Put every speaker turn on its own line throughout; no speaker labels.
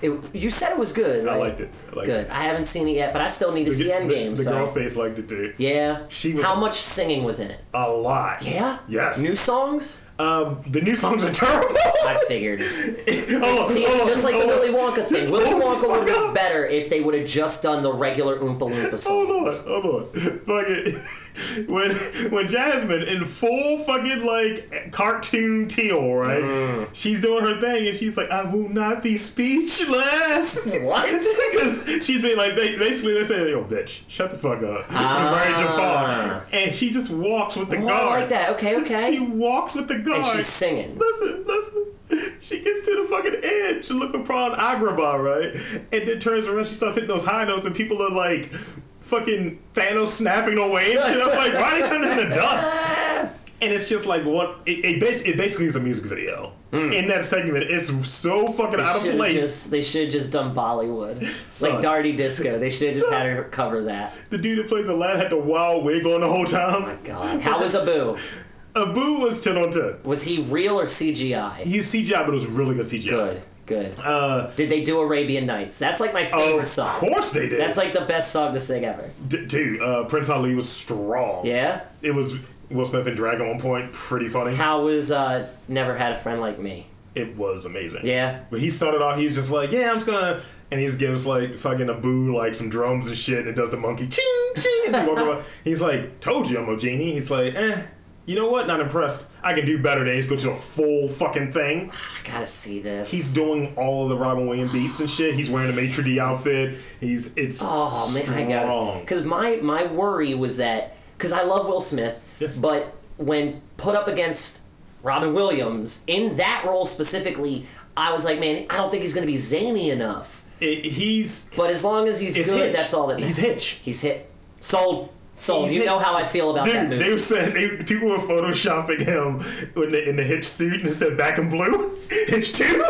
It, you said it was good.
I
right?
liked it. I liked
Good.
it.
I haven't seen it yet, but I still need to see
the,
Endgame.
The, the
so.
girl face liked it too.
Yeah.
She was-
How much singing was in it?
A lot.
Yeah.
Yes.
New songs?
um, the new songs are terrible.
I figured. See,
oh,
it's
oh,
just like the
oh,
Willy Wonka thing. Willy
Oh,
Wonka
fuck
would have been
up.
better if they would have just done the regular Oompa Loompa songs.
Hold on, hold on. Fuck it. When when Jasmine in full fucking like cartoon teal, right?
Mm.
She's doing her thing and she's like, I will not be speechless.
What?
Because she's been like, they basically they say, "Yo, bitch, shut the fuck up." And Mary
Ah.
Jafar, and she just walks with the
Oh, I like
guards.
that. Okay, okay.
She walks with the
and
guards.
she's singing.
Listen, listen. She gets to the fucking edge, look upon Agrabah, right? And then turns around, she starts hitting those high notes, and people are like fucking Thanos snapping away and shit. I was like, why they turn it into dust? And it's just like what it, it, bas- it basically is a music video. In that segment, it's so fucking
Hmm. They
out of
should've
place.
Just, they should have just done Bollywood.
Son.
Like Darty Disco. They should have just had her cover that.
The dude that plays the lad had the wild wig on the whole time.
Oh God. How was Abu?
Abu was ten on ten.
Was he real or CGI?
He's CGI, but it was really good CGI.
Good, good.
Uh,
Did they do Arabian Nights? That's like my favorite
of
song.
course they did.
That's like the best song to sing ever.
D- dude, uh, Prince Ali was strong.
Yeah?
It was Will Smith and Drag at one point. Pretty funny.
How was uh Never Had a Friend Like Me?
It was amazing.
Yeah.
But he started off, he was just like, yeah, I'm just gonna. And he just gives like fucking a boo, like some drums and shit, and it does the monkey ching, ching. As he walks around. He's like, told you I'm a genie. He's like, eh, you know what? Not impressed. I can do better than he's going to the full fucking thing.
I gotta see this.
He's doing all of the Robin Williams beats and shit. He's wearing a maitre d outfit. He's it's
Oh man, I gotta
strong.
because my my worry was that because I love Will Smith, but when put up against Robin Williams in that role specifically, I was like, man, I don't think he's gonna be zany enough.
It- he's
But as long as he's
It's
good,
Hitch.
that's all that matters.
He's Hitch.
He's hit. Sold. Sold.
He's
you
Hitch.
know how I feel about that
Dude,
movie.
they were saying they, people were photoshopping him in the, in the Hitch suit and it said back in blue, Hitch two.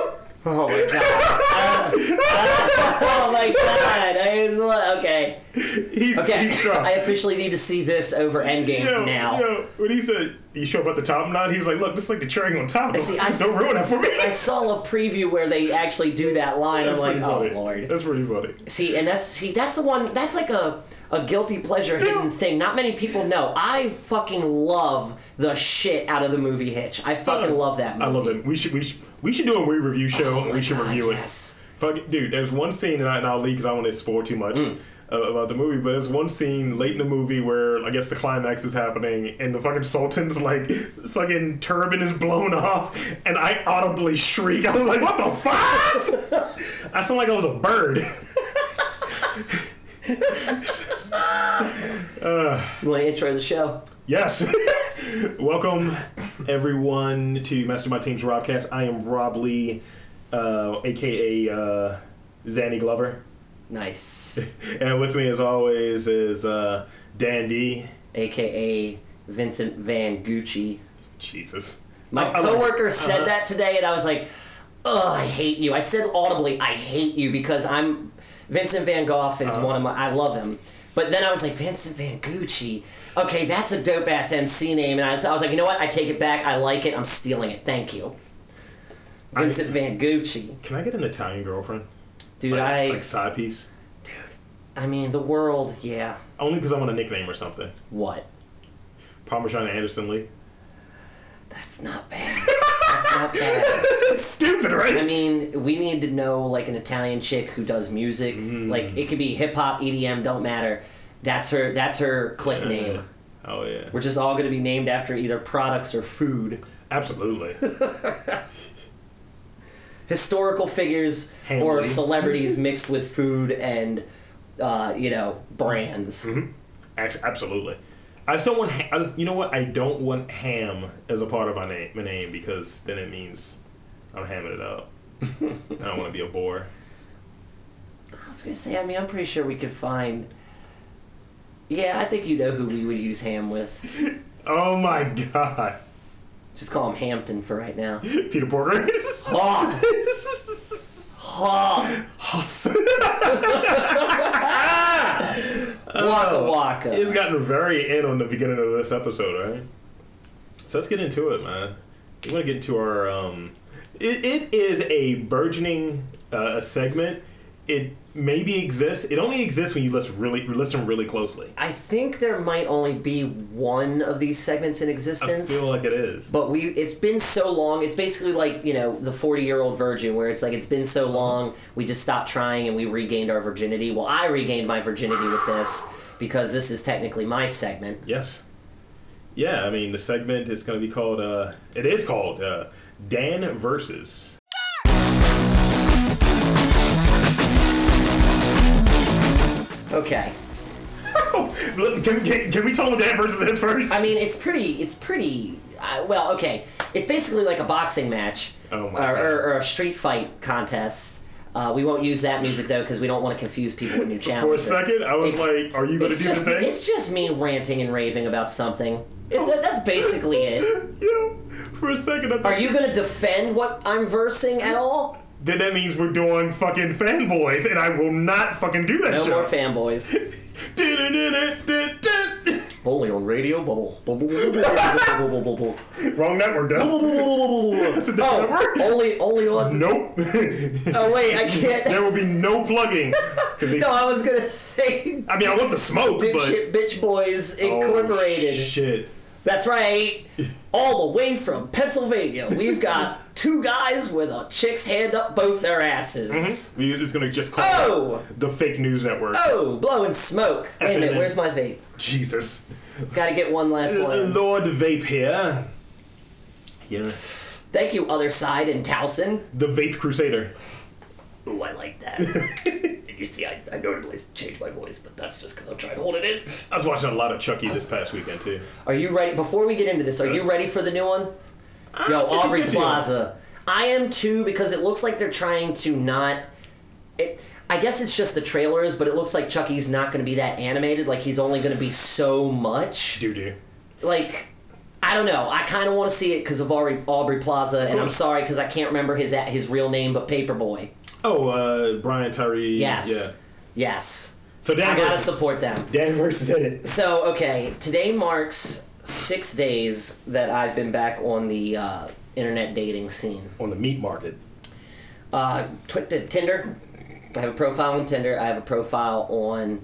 Oh my god. oh my god. I was, like, okay.
He's,
Okay.
he's strong.
I officially need to see this over Endgame
Yo,
now.
yo, when he said you show up at the top knot, he was like, "Look, this is like the cherry on top. Don't,
see, I
don't ruin that for me."
I saw a preview where they actually do that line.
That's
I'm
pretty
like, oh
funny.
lord.
That's pretty funny.
See, and that's see, that's the one. That's like a a guilty pleasure hidden thing. Not many people know. I fucking love the shit out of the movie Hitch. I fucking love that.
I
Movie.
love it. We should we should, we should do a re-review show and
my
we should
God,
review
yes.
it. Fuck, it. dude. There's one scene, and, I, and I'll leave because I want to spoil too much uh, about the movie. But there's one scene late in the movie where I guess the climax is happening, and the fucking Sultan's like fucking turban is blown off, and I audibly shriek. I was like, "What the fuck?" I sound like I was a bird.
You want to intro the show?
Yes. Welcome, everyone, to Master My Team's Robcast. I am Rob Lee, uh, aka uh, Zanny Glover.
Nice.
And with me, as always, is uh, Dan D.
AKA Vincent Van Gucci.
Jesus.
My
I- I like-
coworker said
Uh-huh.
that today, and I was like, "Ugh, I hate you." I said audibly, "I hate you" because I'm Vincent Van Gogh is
Uh-huh.
one of my. I love him, but then I was like, Vincent Van Gucci. Okay, that's a dope ass MC name, and I, I was like, you know what? I take it back. I like it. I'm stealing it. Thank you, Vincent Van Gucci,
Can I get an Italian girlfriend?
dude.
Like,
I,
like side piece?
I mean, the world. Yeah.
Only because I want a nickname or something.
What?
Parmesan Anderson Lee.
That's not bad. that's not bad.
Stupid,
I
right?
mean, we need to know like an Italian chick who does music. Like it could be hip hop, EDM, don't matter. That's her. That's her click name.
Oh, yeah.
We're just all going to be named after either products or food,
Absolutely.
historical figures or
Hamley.
celebrities mixed with food and uh, you know brands.
Ax- Absolutely. I just don't want. Ha- I just, you know what? I don't want ham as a part of my name, my name because then it means I'm hamming it up. I don't want to be a bore.
I was going to say. I mean, I'm pretty sure we could find. Yeah, I think you know who we would use ham with.
Oh my god,
Just call him Hampton for right now.
Peter Porker.
Ha! ha! Waka waka.
it's Oh, gotten very in on the beginning of this episode, right? So let's get into it, man. We want to get into our. Um, it, it is a burgeoning uh, a segment. It maybe exists. It only exists when you listen really listen really closely.
I think there might only be one of these segments in
I
existence.
feel like it is.
but we it's been so long it's basically like you know the 40 year old virgin where it's like it's been so long we just stopped trying and we regained our virginity well i regained my virginity with this because this is technically my segment
Yes. Yeah, I mean the segment is going to be called. Uh, it is called uh, Dan versus.
okay
Look, Can, can, can we tell him Dan versus his first?
i mean it's pretty it's pretty uh, well okay it's basically like a boxing match
Oh my
or,
God.
or, or a street fight contest uh, we won't use that music though because we don't want to confuse people with new
For a
challenges
second, I was like, "Are you going to
it's
do the
just,
thing?"
it's just me ranting and raving about something it's, that's basically it
You know, for a second, I thought,
Are you gonna defend what I'm versing at all?
then that means we're doing fucking fanboys, and I will not fucking do that
No
shit.
more fanboys. Only on radio bubble. Bubble, bubble, bubble, bubble, bubble,
Wrong network, though.
bubble.
That's a different
Oh,
network.
only only on.
Nope.
Oh wait, I can't.
there will be no plugging. 'Cause they-
No, I was gonna say
I mean, I want the smoke, but.
dipshit bitch boys
Oh,
incorporated.
shit.
That's right. All the way from Pennsylvania, we've got two guys with a chick's hand up both their asses.
We're just gonna just call
Oh!
it the fake news network.
Oh, blowing smoke. Wait a minute, where's my vape?
Jesus.
Gotta get one last one. in.
Lord Vape here. Yeah.
Thank you, other side in Towson.
The Vape Crusader.
Ooh, I like that. and you see, I, I notably changed my voice, but that's just because I'm trying to hold it in.
I was watching a lot of Chucky this past weekend too.
Are you ready? Before we get into this, are you ready for the new one? Yo, Aubrey
50-50.
Plaza. I am too because it looks like they're trying to not. It. I guess it's just the trailers, but it looks like Chucky's not going to be that animated. Like he's only going to be so much.
Doo doo.
Like. I don't know. I kind of want to see it because of Aubrey, Aubrey Plaza, and I'm
Cool.
sorry because I can't remember his his real name, but Paperboy.
Oh, uh, Brian Tyree.
Yes.
Yeah.
Yes.
So Dan
I gotta
versus
support them.
Dan versus Edit.
So okay, today marks six days that I've been back on the uh, internet dating scene.
On the meat market.
Uh, tw- t- Tinder. I have a profile on Tinder. I have a profile on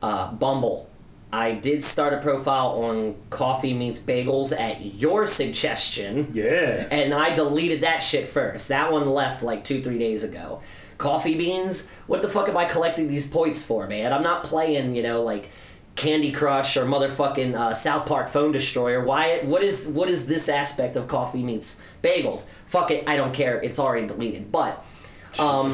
uh, Bumble. I did start a profile on Coffee Meets Bagels at your suggestion.
Yeah.
And I deleted that shit first. That one left like two, three days ago. Coffee beans? What the fuck am I collecting these points for, man? I'm not playing, you know, like Candy Crush or motherfucking uh, South Park Phone Destroyer. Why? What is what is this aspect of coffee meets bagels? Fuck it, I don't care. It's already deleted. But um,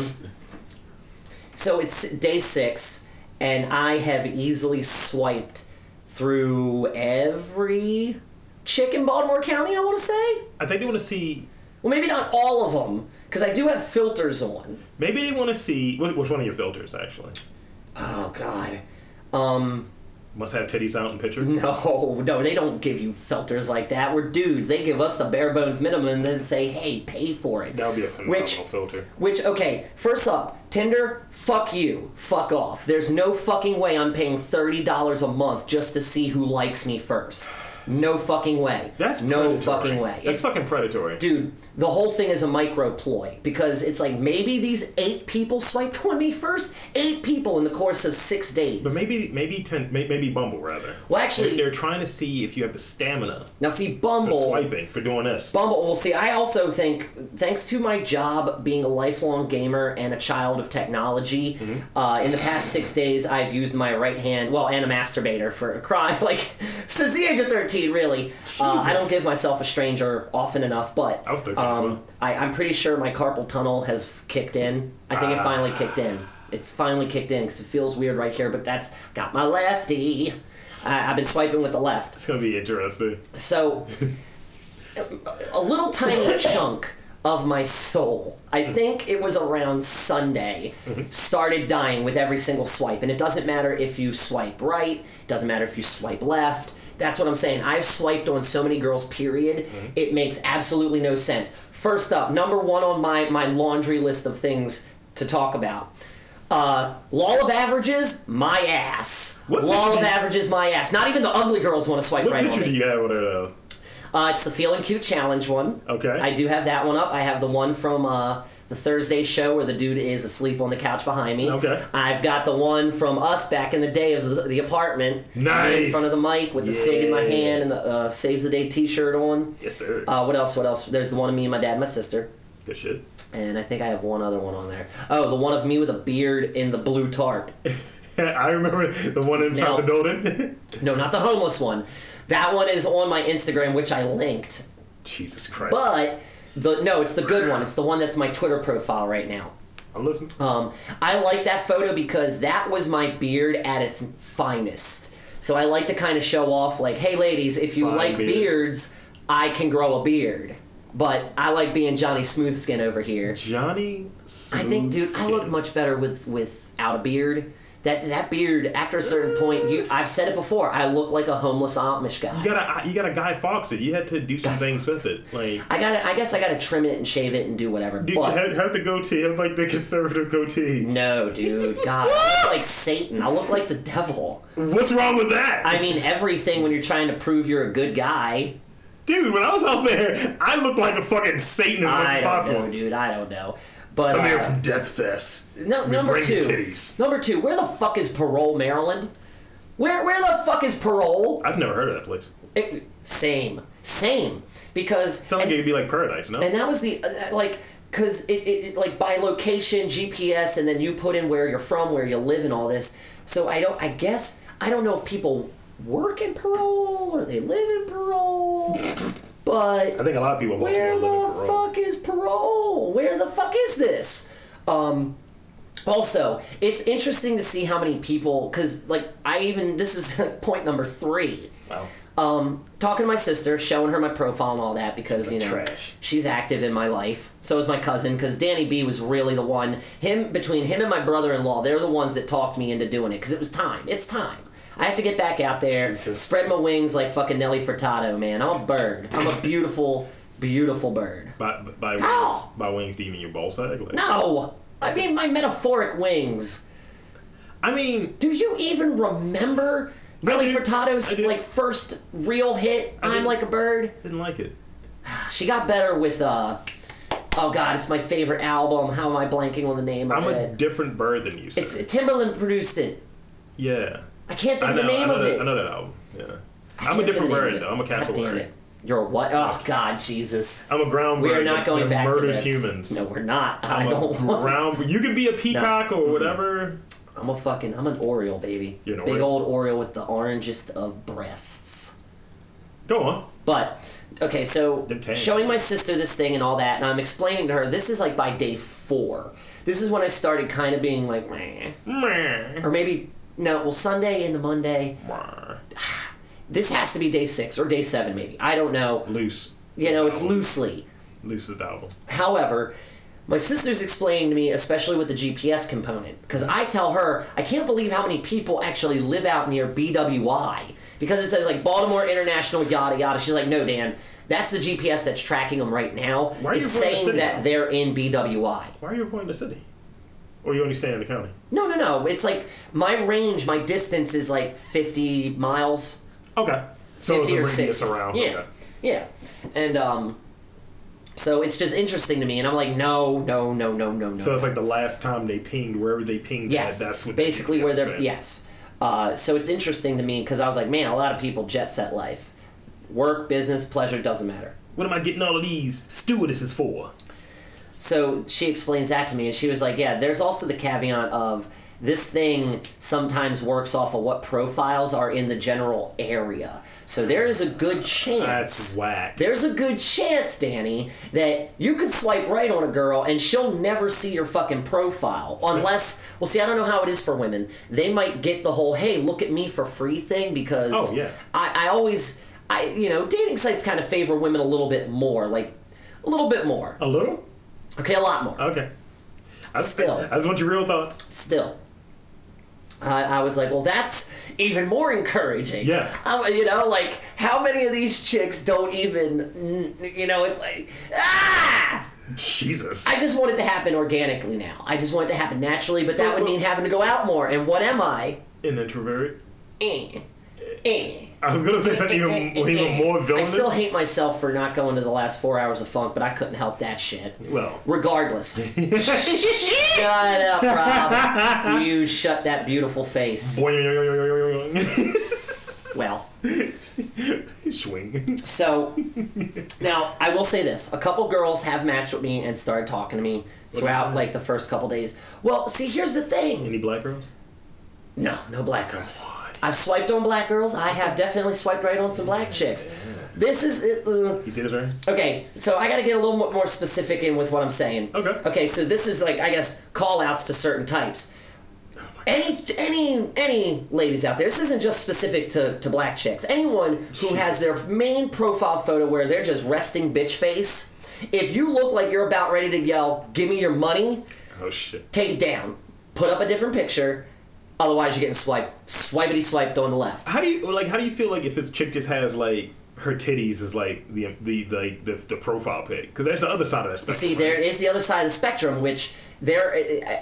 so it's day six, and I have easily swiped through every chick in Baltimore County. I want to say.
I think they want to see.
Well, maybe not all of them, because I do have filters on.
Maybe they want to see. What, what's one of your filters actually?
Oh God. Um.
Must have titties out in picture.
Mm-hmm. No, no, they don't give you filters like that. We're dudes. They give us the bare bones minimum, and then say, "Hey, pay for it."
That would be a phenomenal
Which-
filter.
Which, okay, first up, Tinder, fuck you. Fuck off. There's no fucking way I'm paying $30 a month just to see who likes me first. No fucking way.
That's
no
predatory.
fucking way.
That's
It's-
fucking predatory.
dude, the whole thing is a micro ploy because it's like maybe these eight people swiped on me first. Eight people in the course of six days.
But maybe maybe ten may- maybe Bumble rather.
Well, actually-
They- they're trying to see if you have the stamina
now, see,
for
Bumble.
swiping for doing this.
Bumble. Well, see, I also think, thanks to my job being a lifelong gamer and a child of technology,
Mm-hmm.
uh, in the past six days, I've used my right hand, well, and a masturbator for a crime, like, since the age of 13, really. Uh, I don't
Jesus.
give myself a stranger often enough, but
I was 13 as well.
um, I, I'm pretty sure my carpal tunnel has f- kicked in. I think it finally kicked in. It's finally kicked in because it feels weird right here, but that's got my lefty. I, I've been swiping with the left.
It's gonna be interesting.
So, a little tiny chunk of my soul,
Hmm.
I think it was around Sunday,
Mm-hmm.
started dying with every single swipe. And it doesn't matter if you swipe right, doesn't matter if you swipe left. That's what I'm saying. I've swiped on so many girls, period.
Mm-hmm.
It makes absolutely no sense. First up, number one on my, my laundry list of things to talk about. Uh, law of averages, my ass.
What
law
picture
of
do you-
averages, my ass. Not even the ugly girls want to swipe
What
right on
picture
me.
do you have with her though?
Uh, it's the Feeling Cute Challenge one.
Okay.
I do have that one up. I have the one from uh, the Thursday show where the dude is asleep on the couch behind me.
Okay.
I've got the one from us back in the day of the, the apartment.
Nice.
In front of the mic with the cig in my
Yeah.
hand and the uh, Saves the Day t shirt on.
Yes, sir.
Uh, what else? What else? There's the one of me and my dad and my sister.
Good shit.
And I think I have one other one on there. Oh, the one of me with a beard in the blue tarp.
I remember the one inside
Now-
the building.
No, not the homeless one. That one is on my Instagram, which I linked.
Jesus Christ.
But the no, it's the good one. It's the one that's my Twitter profile right now.
I'm listening.
Um, I like that photo because that was my beard at its finest. So I like to kind of show off, like, hey, ladies, if you
Fine
like
beard.
beards, I can grow a beard. But I like being Johnny Smoothskin over here.
Johnny.
I think, dude, I look much better with without a beard. That that beard, after a certain point, you I've said it before. I look like a homeless Amish guy.
You gotta, you gotta Guy Fox it. You had to do some things with it. Like,
I got. to I guess I got to trim it and shave it and do whatever.
dude,
but
have, have the goatee. Have like the conservative goatee.
no, dude, God, I look like Satan. I look like the devil.
What's wrong with that?
I mean, everything when you're trying to prove you're a good guy.
dude, when I was out there, I looked like a fucking Satan as much
I
as
don't
possible.
know, dude. I don't know. But
Come here
uh,
from Death Fest.
no, number
bring
two.
the titties.
Number two. Where the fuck is parole, Maryland? Where where the fuck is parole?
I've never heard of that place.
It- same, same. Because
Sounds
and-
like it'd be like paradise, no?
and that was the uh, that, like because it, it, it like by location gps and then you put in where you're from where you live and all this so i don't i guess i don't know if people work in parole or they live in parole
I
but
think a lot of people. in
where
Baltimore live in
the
Parole.
fuck is parole where the fuck is this um also it's interesting to see how many people because like i even this is point number three
Wow.
um, talking to my sister, showing her my profile and all that because you know
trash.
she's active in my life. So is my cousin because Danny B was really the one. Him between him and my brother-in-law, they're the ones that talked me into doing it because it was time. It's time. I have to get back out there,
Jesus.
spread my wings like fucking Nelly Furtado, man. I'm a bird. I'm a beautiful, beautiful bird.
By, by wings,
Ow!
by wings, do you mean your ball sack? Like,
No, I mean my metaphoric wings.
I mean,
Do you even remember Nelly
do. I
Furtado's
do.
like first real hit?
do.
I'm like a bird.
didn't like it.
She got better with uh oh god, it's my favorite album. How am I blanking on the name of
I'm a
it?
different bird than you. Sir.
It's Timberland produced it.
yeah.
I can't think
I
of
know,
the name
I know
of
that,
it.
I know that album. Yeah.
I
I'm a different
can't think of the name of
bird.
it.
though. I'm a
God
castle
damn
bird.
it. You're what? Oh god, Jesus.
I'm a ground bird.
We're not
that-
going
that
back to
murders
this.
humans.
No, we're not. I'm
I'm
I
a
do not want.
ground. You could be a peacock or whatever.
I'm a fucking. I'm an Oriole, baby.
You're an
Big
Oriole.
old Oriole with the orangest of breasts.
Go on.
But okay, so
They're tame.
showing my sister this thing and all that, and I'm explaining to her this is like by day four. This is when I started kind of being like, meh.
Meh.
or maybe no well sunday into monday this has to be day six or day seven maybe i don't know
Loose.
you know it's loosely
Loose is the album.
however my sister's explaining to me especially with the gps component because i tell her i can't believe how many people actually live out near bwi because it says like baltimore international yada yada she's like no dan that's the gps that's tracking them right now
Why are you
it's
avoiding the
saying
city?
that they're in bwi
Why are you avoiding the city? Or you only staying in the county?
no no no it's like my range my distance is like 50 miles
Okay. So it's
50
a
or
radius
60.
around.
Yeah,
Okay.
yeah, and um, so it's just interesting to me, and I'm like, no, no, no, no, no, no.
So it's like the last time they pinged, wherever they pinged.
yes,
At, that's what the
basically
GPS
where
is
they're
at.
yes. Uh, so it's interesting to me because I was like, man, a lot of people jet set life, work, business, pleasure doesn't matter.
What am I getting all of these stewardesses for?
So she explains that to me, and she was like, yeah, there's also the caveat of. This thing sometimes works off of what profiles are in the general area. So there is a good chance.
That's whack.
There's a good chance, Danny, that you could swipe right on a girl and she'll never see your fucking profile. Unless, well, see, I don't know how it is for women. They might get the whole, hey, look at me for free thing because
Oh, yeah.
I, I always, I you know, dating sites kind of favor women a little bit more. Like, a little bit more.
A little?
Okay, a lot more.
Okay. I just,
Still.
I just want your real thoughts.
Still. I, I was like, well, that's even more encouraging.
Yeah.
I, you know, like, how many of these chicks don't even, you know, it's like, ah!
Jesus.
I just want it to happen organically now. I just want it to happen naturally, but that would mean having to go out more. And what am I?
An introvert.
Eh. Eh.
I was gonna say something even even more villainous.
I still hate myself for not going to the last four hours of funk, but I couldn't help that shit.
well,
Regardless, shut up, Rob. You shut that beautiful face. Well,
swing.
so now I will say this: a couple girls have matched with me and started talking to me throughout
that?
like the first couple days. Well, see, here's the thing:
Any black girls?
no, no black girls.
on.
I've swiped on black girls. I have definitely swiped right on some black chicks. This is. Uh,
You see this right?
Okay, so I gotta get a little mo- more specific in with what I'm saying.
Okay.
Okay, so this is like I guess call outs to certain types. Any any any ladies out there, this isn't just specific to, to black chicks. Anyone who has their main profile photo where they're just resting bitch face, if you look like you're about ready to yell, give me your money,
Oh shit.
take it down. Put up a different picture, otherwise you're getting swiped. Swipity swiped on the left.
How do you well, like? How do you feel like if this chick just has like her titties is like the the the the, the profile pic? Because there's the other side of that spectrum.
See, there is the other side of the spectrum, which there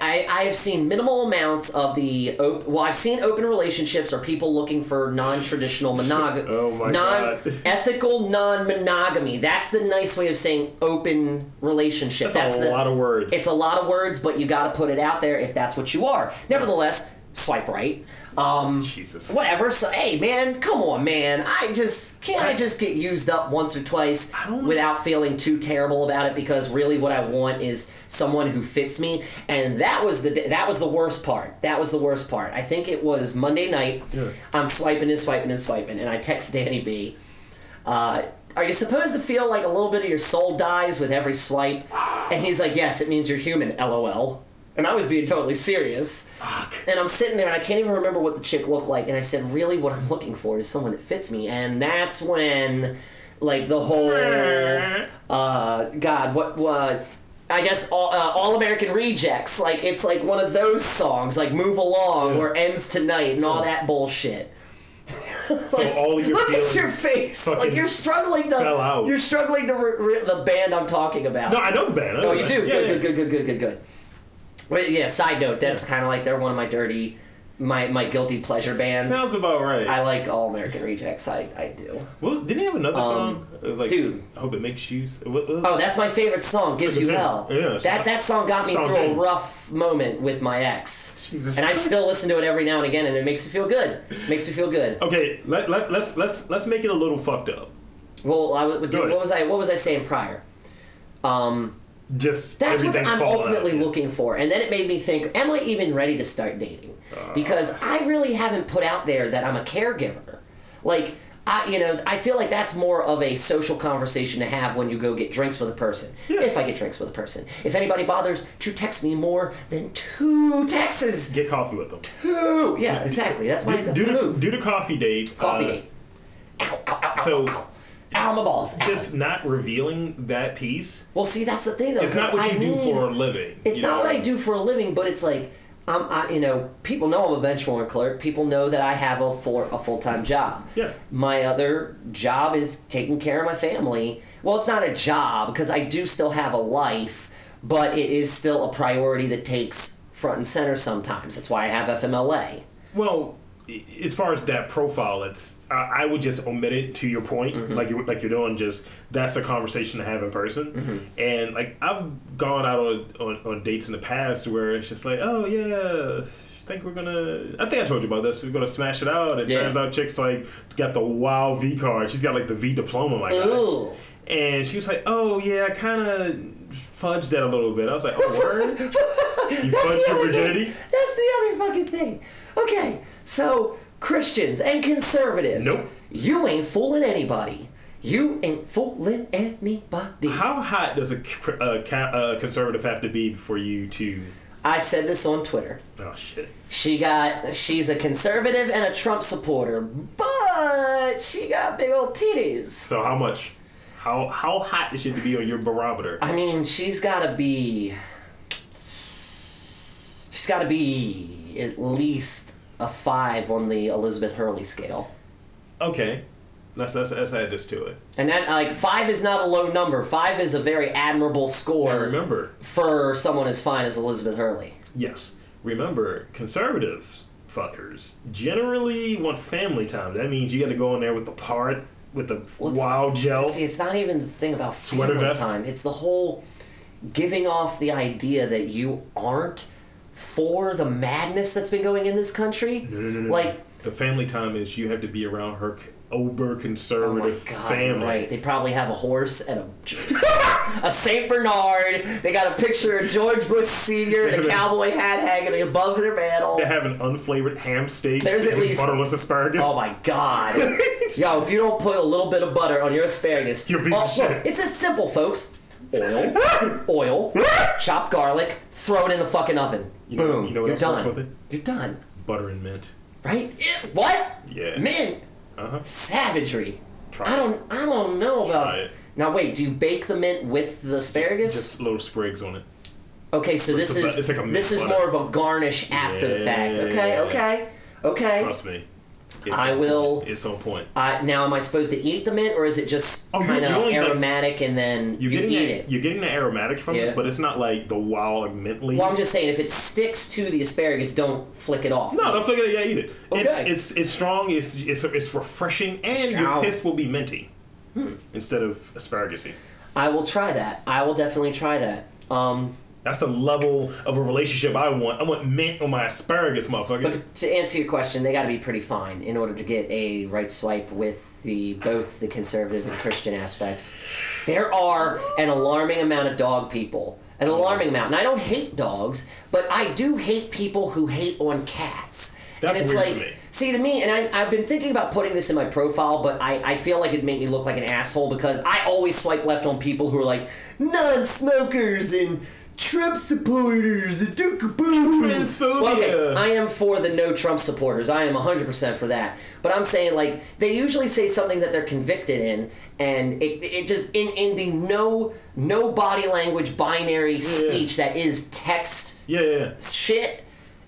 I, I have seen minimal amounts of the op- well, I've seen open relationships or people looking for non-traditional monog-
Oh my God.
non-ethical non-monogamy. That's the nice way of saying open relationship.
That's a
the,
lot of words.
It's a lot of words, but you got to put it out there if that's what you are. Nevertheless, swipe right. Um,
Jesus.
whatever. So, hey, man, come on, man. I just can't. I just get used up once or twice
don't-
without feeling too terrible about it. Because really, what I want is someone who fits me, and that was the that was the worst part. That was the worst part. I think it was Monday night.
Yeah.
I'm swiping and swiping and swiping, and I text Danny B. Uh, are you supposed to feel like a little bit of your soul dies with every swipe? And he's like, yes, it means you're human. LOL. And I was being totally serious.
Fuck.
And I'm sitting there and I can't even remember what the chick looked like. And I said, really, what I'm looking for is someone that fits me. And that's when, like, the whole, uh, God, what, what, I guess all, uh, all American Rejects. Like, it's like one of those songs, like Move Along
Yeah.
or Ends Tonight and all that bullshit. so
all your
look at
feelings
your face. Like
fucking
you're struggling to
fell out.
you're struggling to re- re- the band I'm talking about.
No, I know the band. I know
Oh,
the
you do.
band.
good,
Yeah, yeah.
good, good, good, good, good, good. Wait, yeah. Side note. That's kind of like they're one of my dirty, my my guilty pleasure bands.
Sounds about right.
I like All American Rejects. I I do.
well, didn't he have another
Um,
song? Uh, Like,
dude.
I hope it makes you. s- What, what,
Oh, that's my favorite song. Gives
It's a
you
good
hell.
thing. Yeah, it's
that
not-
that song got me
it's not
through a
good.
rough moment with my ex.
Jesus
And I
Christ.
still listen to it every now and again, and it makes me feel good. Makes me feel good.
Okay, let, let, let's let's let's make it a little fucked up.
Well, I, w-
Good.
what was I what was I saying prior? Um.
Just
That's what
everything
I'm
falling
ultimately
out.
looking for. And then it made me think, am I even ready to start dating?
Uh-huh.
Because I really haven't put out there that I'm a caregiver. Like, I, you know, I feel like that's more of a social conversation to have when you go get drinks with a person. If I get drinks with a person. If anybody bothers to text me more than two texts.
Get coffee with them.
Two! Yeah, exactly. That's my,
Do,
that's
do
my
the
move.
do the coffee date.
Coffee
uh,
date. Ow, ow, ow, ow,
so-
ow. Ow, my balls. Ow.
Just not revealing that piece.
well, see, that's the thing, though.
It's not
'cause
what
I
you do
need-
for a living.
It's
you
not what
know?
I do for a living, but it's like I'm, I, you know, people know I'm a bench warmer clerk. People know that I have a for a full time job.
Yeah.
My other job is taking care of my family. Well, it's not a job because I do still have a life, but it is still a priority that takes front and center sometimes. That's why I have FMLA.
Well, i- as far as that profile, it's I, I would just omit it to your point,
Mm-hmm.
like you like you're doing. Just that's a conversation to have in person,
Mm-hmm.
and like I've gone out on, on on dates in the past where it's just like, oh yeah. I think we're gonna. I think I told you about this. We're gonna smash it out. It
Yeah.
turns out chicks like got the wow V card. She's got like the V diploma. My guy.
Ooh.
And she was like, "Oh yeah, I kind of fudged that a little bit." I was like, "Oh word, you fudged
the
your
other thing.
virginity."
That's the other fucking thing. Okay, so Christians and conservatives.
Nope.
You ain't fooling anybody. You ain't fooling anybody.
How hot does a, c- a ca- a conservative have to be for you to?
I said this on Twitter.
Oh shit!
She got she's a conservative and a Trump supporter, but she got big old titties.
So how much? How how hot is she to be on your barometer?
I mean, she's gotta be She's gotta be at least a five on the Elizabeth Hurley scale.
Okay, let's let's, let's add this to it.
And that like five is not a low number. Five is a very admirable
Now
score
remember,
for someone as fine as Elizabeth Hurley.
yes, remember, conservatives fuckers generally want family time. That means you got to go in there with the part with the
Well, it's-
wow gel.
See, it's not even the thing about
Sweater
family
vest.
time. It's the whole giving off the idea that you aren't for the madness that's been going in this country. Like,
the family time is you have to be around her uber
oh my
conservative
god,
family.
right? They probably have a horse and a a Saint Bernard. They got a picture of George Bush Senior in a cowboy hat hanging above their mantle.
They have an unflavored ham steak
There's at
and
least-
butterless asparagus.
Oh my god. Yo, if you don't put a little bit of butter on your asparagus,
You're a piece of
Oh, look,
shit.
It's as simple, folks. Oil, oil, chopped garlic, throw it in the fucking oven.
You know-
Boom.
you know what
are
else
done.
works with it?
You're done.
Butter and mint.
Right? Yes. What?
Yeah.
Mint.
Uh-huh.
Savagery.
Try
I
it.
don't I don't know about
Try it.
Now wait, do you bake the mint with the asparagus?
Just little sprigs on it.
okay, so this
a bu-
is
it's like a mint
this is
butter.
more of a garnish after the fact.
Yeah.
Okay, okay. Okay.
Trust me. It's
I
on
will-
Point. It's on point.
Uh, now, am I supposed to eat the mint, or is it just
Oh, you-
kind of
you only got-
aromatic and then you
You're getting
eat
the,
it?
You're getting the aromatics from
Yeah.
it, but it's not like the wow like mint leaf.
Well, I'm just saying, if it sticks to the asparagus, don't flick it off.
no, don't flick it. Yeah, eat it. It's,
Okay.
it's it's strong. It's it's it's refreshing, and your
Strong. Hmm.
piss will be minty instead of asparagusy.
I will try that. I will definitely try that. Um,
That's the level of a relationship I want. I want mint on my asparagus, motherfucker.
but to, to answer your question, they got to be pretty fine in order to get a right swipe with the both the conservative and Christian aspects. There are an alarming amount of dog people. An
Mm-hmm.
alarming amount. And I don't hate dogs, but I do hate people who hate on cats.
That's
and it's
weird
like,
to me.
See, to me, and I, I've been thinking about putting this in my profile, but I, I feel like it'd make me look like an asshole because I always swipe left on people who are like non smokers and Trump supporters and do-ka-boo."
Transphobia.
Well, okay, I am for the no Trump supporters. I am 100% for that. But I'm saying, like, they usually say something that they're convicted in, and it, it just, in, in the no, no body language binary speech that is text
yeah, yeah, yeah.
shit,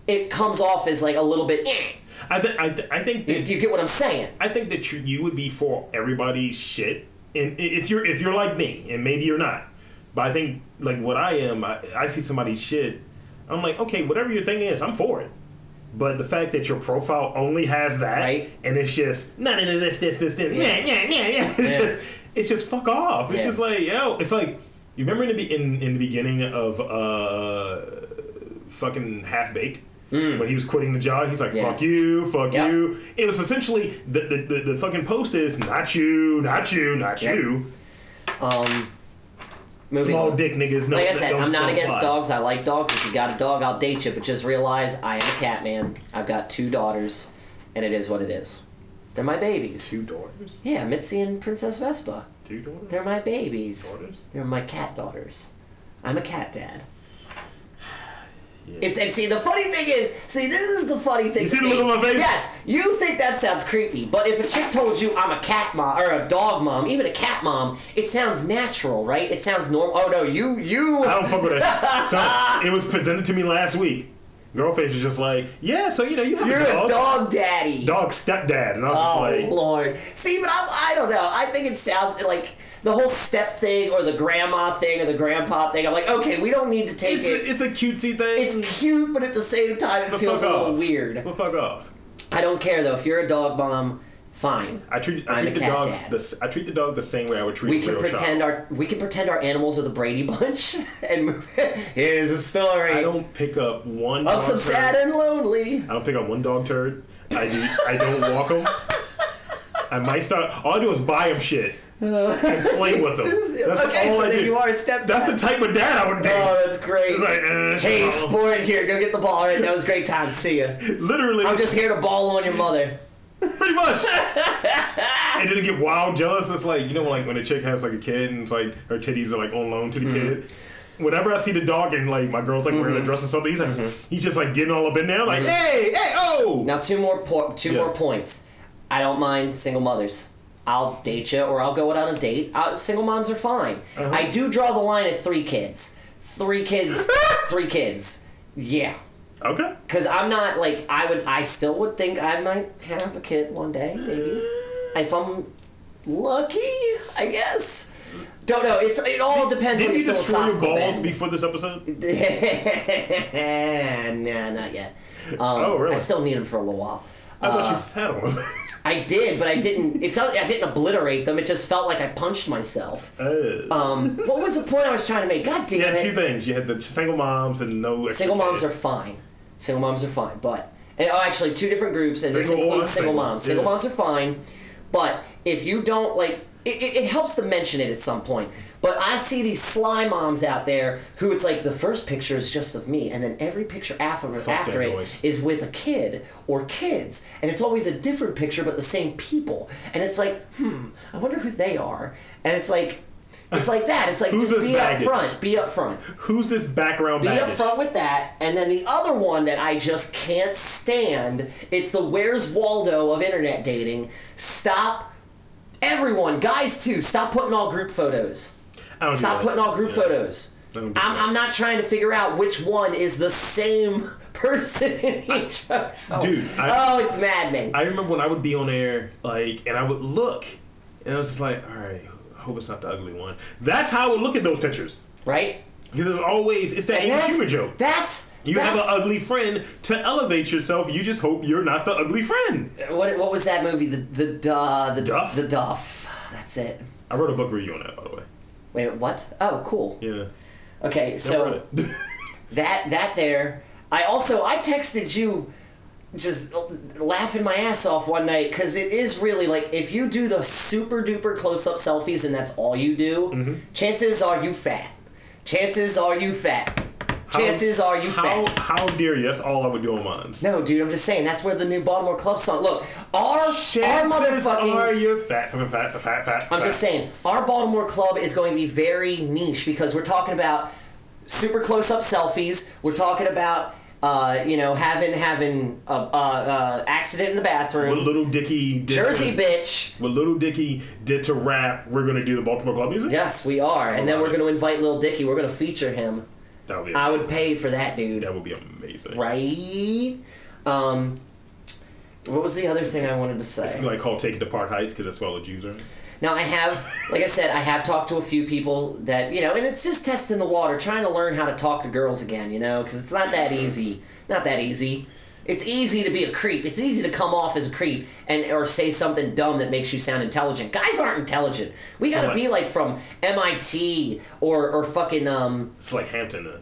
it comes off as like a little bit. Eh.
I think I, th- I think
You,
that
you get what I'm saying?
I think that you, you would be for everybody's shit, and i- if you're if you're like me, and maybe you're not, but I think like what I am, I, I see somebody's shit, I'm like, okay, whatever your thing is, I'm for it. But the fact that your profile only has that,
Right.
and it's just none of this, this, this, this, yeah,
Yeah.
yeah, yeah, yeah. It's
Yeah.
just it's just fuck off. It's
Yeah.
just like yo, it's like you remember in the be- in, in the beginning of uh fucking half baked. When he was quitting the job, he's like, "Fuck
Mm. Yes.
you, fuck
Yep.
you." It was essentially the the, the the fucking post is not you, not you, not
Yep.
you.
Um, moving
Small
on.
dick niggas. No,
Like I said,
don't-
I'm not
don't
against
fly.
dogs. I like dogs. If you got a dog, I'll date you. But just realize I am a cat man. I've got two daughters, and it is what it is. They're my babies.
Two daughters.
Yeah, Mitzi and Princess Vespa.
Two daughters.
They're my babies.
Daughters?
They're my cat daughters. I'm a cat dad.
Yeah.
It's and see the funny thing is, see this is the funny thing.
You see
to
the
me.
look on my face?
Yes, you think that sounds creepy, but if a chick told you I'm a cat mom or a dog mom, even a cat mom, it sounds natural, right? It sounds normal. Oh no, you you.
I don't fuck with that. so it was presented to me last week. Girlface was just like, "Yeah, so you know you have
You're
a dog,
a dog daddy.
dog stepdad," and I was
oh
just like,
lord. See, but I'm, I don't know. I think it sounds like the whole step thing or the grandma thing or the grandpa thing. I'm like, okay, we don't need to take
it's,
it.
a, "It's a cutesy thing."
it's cute, but at the same time, it
But
feels a
fuck
little
off.
weird.
Well, fuck off.
I don't care though. If you're a dog mom, fine.
I treat I
I'm
treat
a
the
cat
dogs
dad.
the s- I treat the dog the same way I would treat
we
a
can
little
pretend
child.
our we can pretend our animals are the Brady Bunch and move. Here's a story
I don't pick up one.
of
dog
some
turd.
sad and lonely.
I don't pick up one dog turd. I do. I don't walk them. I might start. All I do is buy them shit and play with them. That's
okay,
all
so
I
then
do.
you are a stepdad.
That's the type of dad I would be.
Oh, that's great.
It's like, eh,
hey,
well.
sport here. Go get the ball. All right, that was a great time. See ya.
Literally,
I'm just here to ball on your mother.
pretty much. and then it get wild jealous. It's like you know, like when a chick has like a kid and it's like her titties are like on loan
Mm-hmm.
to the kid. Whenever I see the dog and like my girl's like wearing a dress or something, he's like he's just like getting all up in there, like hey, hey, oh.
Mm-hmm. Now two more po- two
Yeah.
more points. I don't mind single mothers. I'll date you or I'll go out on a date. I, single moms are fine.
Uh-huh.
I do draw the line at three kids. Three kids. three kids. Yeah.
Okay.
Cause I'm not like I would. I still would think I might have a kid one day, maybe if I'm lucky, I guess. Don't know. It's it all depends.
Did
on
you destroy your
philosophical
balls
bent. Uh,
before this episode?
nah, not yet. Um,
Oh, really?
I still need them for a little while.
I thought
Uh,
you said one.
I did, but I didn't. It does, I didn't obliterate them. It just felt like I punched myself. Um, what was the point I was trying to make? God damn
you had
it!
Uh, two things. You had the single moms and no.
single moms
extra
are
kids.
fine. Single moms are fine, but and, oh, actually, two different groups, and this
Single or
includes single
single,
moms. Single
yeah.
moms are fine, but if you don't like, it, it, it helps to mention it at some point. But I see these sly moms out there who it's like the first picture is just of me, and then every picture after after
that
it
noise.
is with a kid or kids, and it's always a different picture but the same people, and it's like, hmm, I wonder who they are, and it's like. It's like that. It's like
Who's
just
this
be
baggage?
up front. Be up front
Who's this background
be
baggage?
up front with that. And then the other one that I just can't stand, it's the where's Waldo of internet dating. Stop everyone, guys too, stop putting all group photos.
I don't do
Stop
that.
putting all group
Yeah.
photos.
Don't
I'm,
do that.
I'm not trying to figure out which one is the same person in each photo.
Dude, I-
oh, it's maddening.
I remember when I would be on air, like, and I would look, and I was just like, all right, I hope it's not the ugly one. That's how I would look at those pictures.
right?
Because it's always, it's that Amy Schumer joke.
that's
You have
that's,
an ugly friend to elevate yourself. You just hope you're not the ugly friend.
what, what was that movie? The the duh, the
Duff?
the Duff. That's it.
I wrote a book review on that, by the way.
Wait, what? Oh, cool.
Yeah.
Okay,
I
so
wrote it.
that that there i also i texted you just laughing my ass off one night because it is really like if you do the super duper close-up selfies and that's all you do
Mm-hmm.
chances are you fat chances are you fat chances are you
how,
fat
How dare you? That's all I would do on mine.
no dude i'm just saying that's where the new baltimore club song look our, our
Chances
motherfucking
are you're fat, fat, fat, fat, fat, fat.
I'm just saying, our Baltimore club is going to be very niche because we're talking about super close-up selfies. We're talking about uh, you know having having a, a, a accident in the
What
bathroom.
little Dicky did
Jersey
to,
bitch.
What little Dicky did to rap, we're gonna do the Baltimore Club music.
Yes, we are, and then we're
Alright.
going to invite Lil Dicky. We're going to feature him.
That would be.
I would pay for that, dude.
That would be amazing.
Right? Um, what was the other thing I wanted to say?
You like call Take It to Park Heights because that's where all the Jews are.
Now I have, like I said, I have talked to a few people that you know, and it's just testing the water, trying to learn how to talk to girls again, you know, because it's not that easy. Not that easy. It's easy to be a creep. It's easy to come off as a creep and or say something dumb that makes you sound intelligent. Guys aren't intelligent. We gotta
like-
be like from MIT or or fucking um.
It's like Hampton. uh,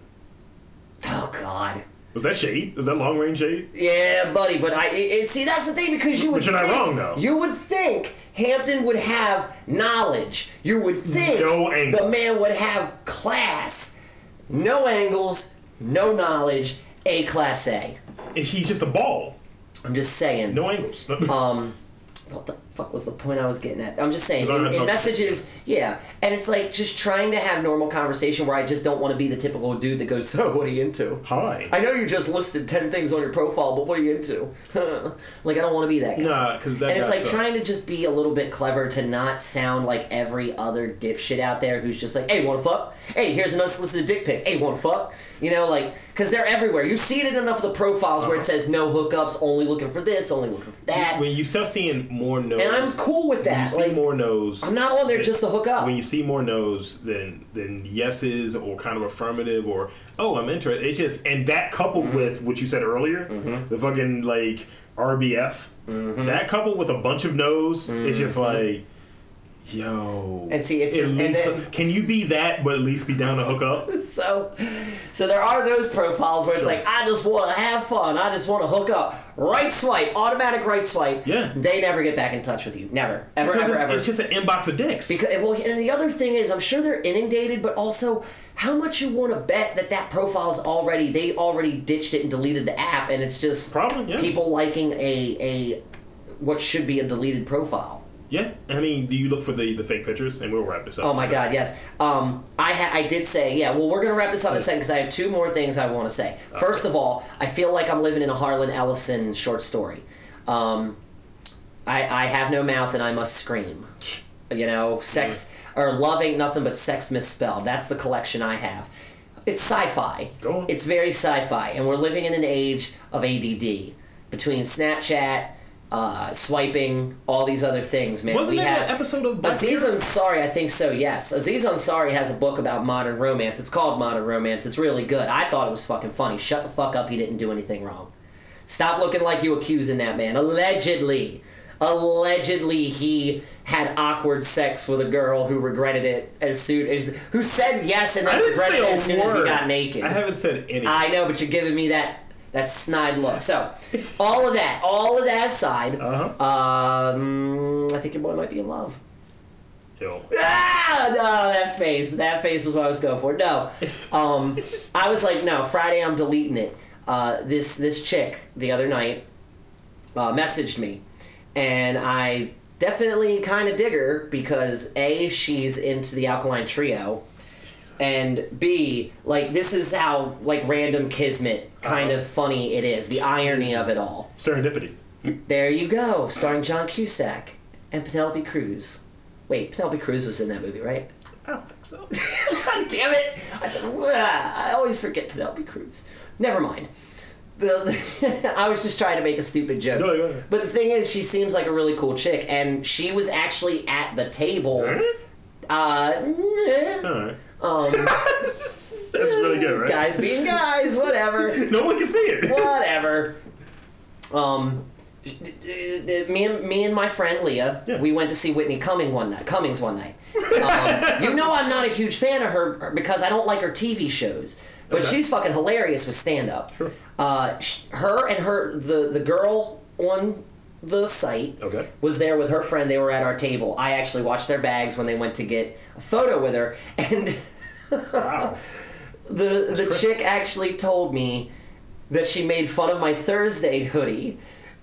Oh God.
Was that shade? Was that long range shade?
Yeah, buddy, but I it, it- see that's the thing because you would
you're not
think-
wrong, though.
You would think Hampton would have knowledge. You would think
No angles.
the man would have class. No angles, no knowledge, A class A.
And she's just a ball.
I'm just saying.
No angles.
Um, what the fuck was the point I was getting at? I'm just saying
Because I
in,
haven't
in
talked to you.
messages, yeah, and it's like just trying to have normal conversation where I just don't want to be the typical dude that goes, "So, what are you into?"
Hi.
I know you just listed 10 things on your profile, but what are you into? like, I don't want to be that guy.
Nah, because that.
and it's
guy
like
sucks.
trying to just be a little bit clever to not sound like every other dipshit out there who's just like, hey, wanna fuck? Hey, here's an unsolicited dick pic. Hey, wanna fuck? You know, like, because they're everywhere. You see it in enough of the profiles where it says no hookups, only looking for this, only looking for that.
Uh-huh. When you start seeing more no's.
and I'm cool with
You
that.
see
Like,
more no's.
I'm not on there just to hook up.
when you see more no's than than yeses or kind of affirmative or oh I'm interested. It's just and that coupled with what you said earlier, the fucking like RBF, that coupled with a bunch of no's, it's just like. Yo,
And see, it's
at
just- and
least-
then-
can you be that, but at least be down to hook up?
so so there are those profiles where it's
Sure.
like i just want to have fun i just want to hook up right swipe automatic right swipe
Yeah.
they never get back in touch with you never ever
Because
ever
it's,
ever
it's just an inbox of dicks.
because, well, and the other thing is, I'm sure they're inundated, but also, how much you want to bet that that profile's already they already ditched it and deleted the app, and it's just
Probably, yeah.
people liking a a what should be a deleted profile.
yeah, I mean, do you look for the the fake pictures? And we'll wrap this up.
Oh my God, yes. Um, I ha- I did say, yeah. Well, we're gonna wrap this up in a second because I have two more things I want to say. First of all, I feel like I'm living in a Harlan Ellison short story. Um, I I have no mouth and I must scream. You know, sex
Mm-hmm.
or love ain't nothing but sex misspelled. That's the collection I have. It's sci-fi.
Go on.
It's very sci-fi, and we're living in an age of ADD between Snapchat, uh, swiping, all these other things, man.
Wasn't
we
there
had-
an episode of Black
Aziz
Mirror?
Ansari, I think so, yes. Aziz Ansari has a book about modern romance. It's called Modern Romance. It's really good. I thought it was fucking funny. Shut the fuck up, he didn't do anything wrong. Stop looking like you accusing that man. Allegedly. Allegedly he had awkward sex with a girl who regretted it as soon as who said yes and
I
then
didn't
regretted it as
say
soon
a
as he
word.
got naked.
I haven't said anything.
I know, but you're giving me that that snide look. So, all of that, all of that aside,
Uh-huh.
um, I think your boy might be in love.
Yo.
Ah, no, that face, that face was what I was going for. No, um, I was like, no, Friday I'm deleting it. Uh, this this chick the other night uh, messaged me, and I definitely kind of dig her because a she's into the Alkaline Trio and B, like this is how like random kismet kind of funny it is. The irony of it all.
Serendipity.
There you go, starring John Cusack and Penelope Cruz. Wait, Penelope Cruz was in that movie, right?
I don't think so.
God damn it! I, I always forget Penelope Cruz. Never mind. The, I was just trying to make a stupid joke.
No, no, no.
But the thing is, she seems like a really cool chick, and she was actually at the table. Uh,
All right.
um,
That's really good, right?
guys being guys, whatever.
No one can see it.
whatever. Um, sh- d- d- d- me and me and my friend Leah,
Yeah.
we went to see Whitney Cummings one night. Cummings one night. Um, you know I'm not a huge fan of her her- because I don't like her TV shows, but
Okay.
she's fucking hilarious with stand up.
Sure.
Uh, sh- her and her the the girl on the site
Okay.
was there with her friend. They were at our table. I actually watched their bags when they went to get a photo with her, and
Wow.
the the chick actually told me that she made fun of my Thursday hoodie,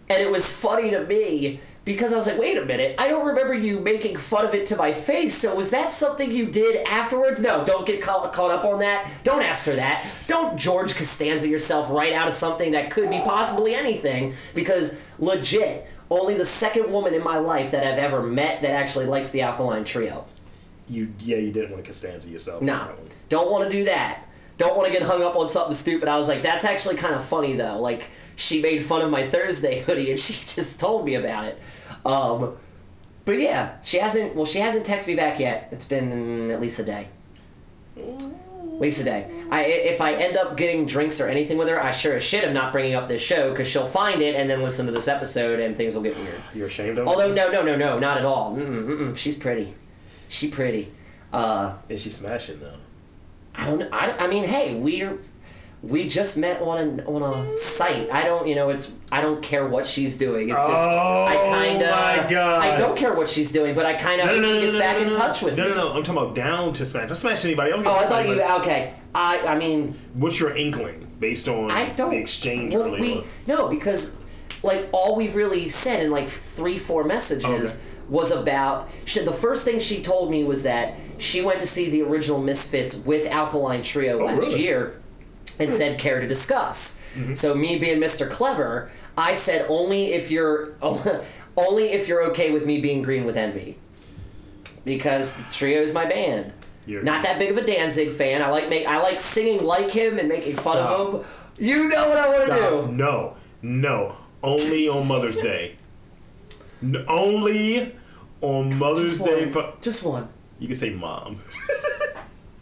and it was funny to me because I was like, wait a minute, I don't remember you making fun of it to my face. So was that something you did afterwards? No, don't get caught, caught up on that. Don't ask her that. Don't George Costanza yourself right out of something that could be possibly anything because legit. Only the second woman in my life that I've ever met that actually likes the Alkaline Trio.
You yeah, you didn't want to Costanza yourself. on
No,
that one.
don't want to do that. Don't want to get hung up on something stupid. I was like, that's actually kind of funny though. Like she made fun of my Thursday hoodie, and she just told me about it. Um, but yeah, she hasn't. Well, she hasn't texted me back yet. It's been at least a day. At least a day. I, i- if I end up getting drinks or anything with her, I sure as shit am not bringing up this show because she'll find it and then listen to this episode and things will get weird.
You're ashamed of
Although
it?
no, no, no, no, not at all. Mm-mm, mm-mm. She's pretty. She pretty. Uh,
Is she smashing though?
I don't. I, I mean, hey, we're we just met on a on a site. I don't. You know, it's I don't care what she's doing. It's just I
Oh,
kind of.
my God.
I don't care what she's doing, but I kind of hope she gets back in touch with
no,
me.
no, no. I'm talking about down to smash. Don't smash anybody. I don't
Oh,
give
I
a
thought
fuck,
you.
but
Okay. I. I mean,
What's your inkling based on
I don't.
the exchange
well,
earlier?
we, No, because like all we've really said in like three, four messages
Okay.
was about. She, the first thing she told me was that she went to see the original Misfits with Alkaline Trio
Oh,
last
really? Hmm. Mm-hmm.
year, and said care to discuss. So me being Mr. Clever, I said only if you're only if you're okay with me being green with envy. Because the trio is my band.
You're-
Not that big of a Danzig fan. I like make I like singing like him and making fun of him. You know what I want to
Stop.
do.
Oh, No, no. Only on Mother's Day. N- only on Mother's
Just
Day.
one.
Pro-
Just one.
you can say mom.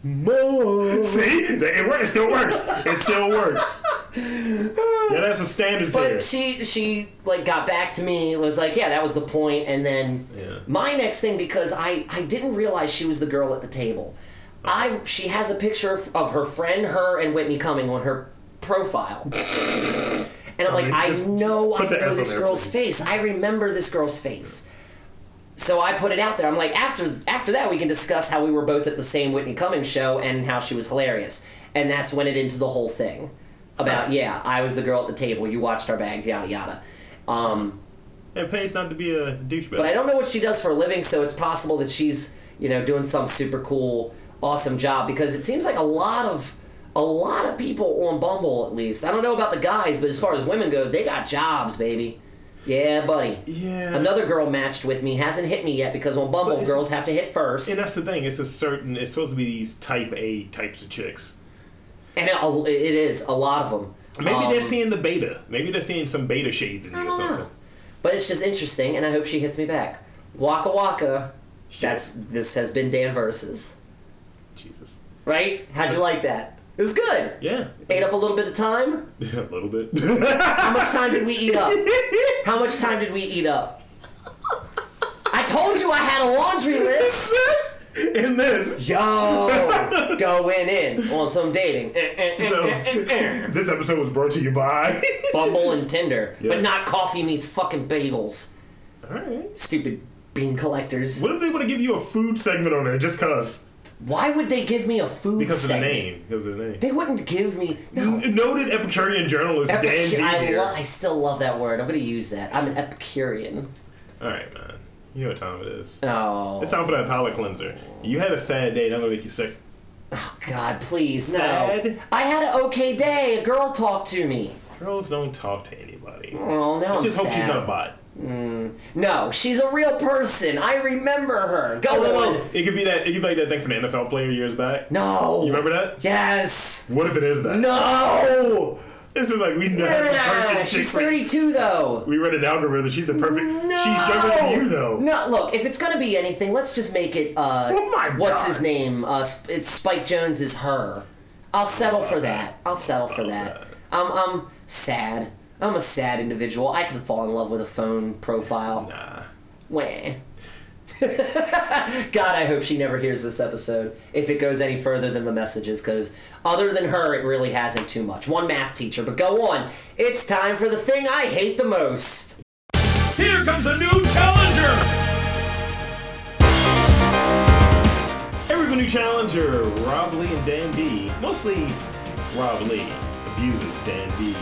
More.
See, it works. It still works. It still works. Yeah, that's the standards here.
But she she like got back to me was like yeah that was the point and then
Yeah.
my next thing because I I didn't realize she was the girl at the table. I she has a picture of, of her friend her and Whitney Cumming on her profile. And I'm like,
mean,
I
Oh, just
know I
put the S
know
on
this
there,
girl's
please.
face. I remember this girl's face. So I put it out there. I'm like, after after that, we can discuss how we were both at the same Whitney Cummings show and how she was hilarious. And that's when it into the whole thing about yeah, I was the girl at the table. You watched our bags, yada yada. Um,
It pays not to be a douchebag.
but I don't know what she does for a living, so it's possible that she's you know doing some super cool, awesome job because it seems like a lot of a lot of people on Bumble at least. I don't know about the guys, but as far as women go, they got jobs, baby. Yeah, buddy.
Yeah.
Another girl matched with me hasn't hit me yet because on Bumble
it's
girls
just-
have to hit first,
And
and,
that's the thing. It's a certain. It's supposed to be these type A types of chicks.
it, it is a lot of them.
Maybe
Um,
they're seeing the beta. Maybe they're seeing some beta shades in you or
don't know.
something.
But it's just interesting, and I hope she hits me back. Waka waka. That's this has been Dan versus.
Jesus.
Right? How'd you like that? It was good.
Yeah.
Ate up a little bit of time.
a little bit.
How much time did we eat up? How much time did we eat up? I told you I had a laundry list.
In this.
Yo, going in on some dating,
So, this episode was brought to you by.
Bumble and Tinder,
Yeah.
but not coffee meets fucking bagels.
Alright.
Stupid bean collectors.
What if they want to give you a food segment on there just because?
Why would they give me a food?
Because of the
segment?
name. Because of the name.
They wouldn't give me. No.
N- Noted Epicurean journalist Dan D.
Epicu- I,
here.
lo- I still love that word. I'm gonna use that. I'm an Epicurean.
Alright, man. You know what time it is.
Oh.
It's time for that palate cleanser. You had a sad day, and I'm gonna make you sick.
oh God, please no.
Sad.
I had an okay day. A girl talked to me.
Girls don't talk to anybody.
Oh, now I'm
Just hope
sad.
she's not a bot.
No, she's a real person. I remember her. Go
Oh,
on.
wait, wait. It could be that. It could be like that thing from the NFL player years back.
No.
You remember that?
Yes.
What if it is that?
No.
This is like we know.
Yeah, she's 32 though.
We read an algorithm. She's the perfect.
No.
She's younger than you though.
No, look, if it's gonna be anything, let's just make it. Uh,
Oh my
What's
God.
his name? Uh, Sp- it's Spike Jones is her. I'll settle for that. I'll settle for that. I'm I'm sad. I'm a sad individual. I could fall in love with a phone profile.
Nah.
Wah. God, I hope she never hears this episode if it goes any further than the messages, because other than her, it really hasn't too much. One math teacher, but go on. It's time for the thing I hate the most.
Here comes a new challenger. Here we go, new challenger. Rob Lee and Dan D. Mostly Rob Lee abuses Dan D.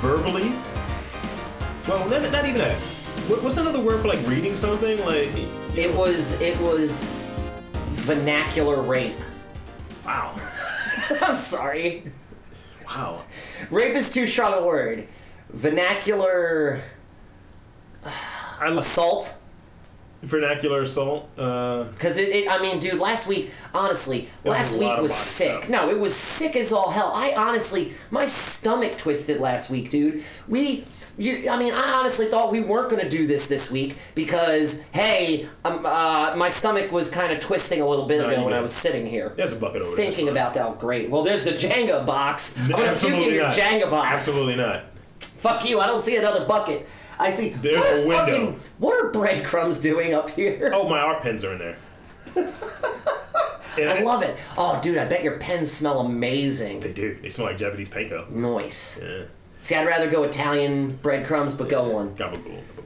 Verbally. Well, not, not even that. What, what's another word for like reading something? Like,
It was it was vernacular rape.
wow,
I'm sorry.
wow.
Rape is too strong a word. Vernacular
I love
assault.
vernacular assault. Uh,
Cause it, it, I mean, dude, last week, honestly,
was
last
a lot
week
of
was
body
sick.
stuff.
No, it was sick as all hell. I honestly, my stomach twisted last week, dude. We, you, I mean, I honestly thought we weren't gonna do this this week because, hey, um, uh, my stomach was kind of twisting a little bit
No,
ago
you
when I
did.
was sitting here.
there's a bucket over there.
thinking about that great. Well, there's the Jenga box. I'm gonna puke
Absolutely
in your
not.
Jenga box.
Absolutely not.
Fuck you. I don't see another bucket. I see.
There's
what
a window.
Fucking, what are breadcrumbs doing up here?
Oh, my art pens are in there. And
I love it. Oh, dude, I bet your pens smell amazing.
They do. They smell like Japanese
Mm.
panko.
Nice.
Yeah.
See, I'd rather go Italian breadcrumbs, but go on.
Gabagool.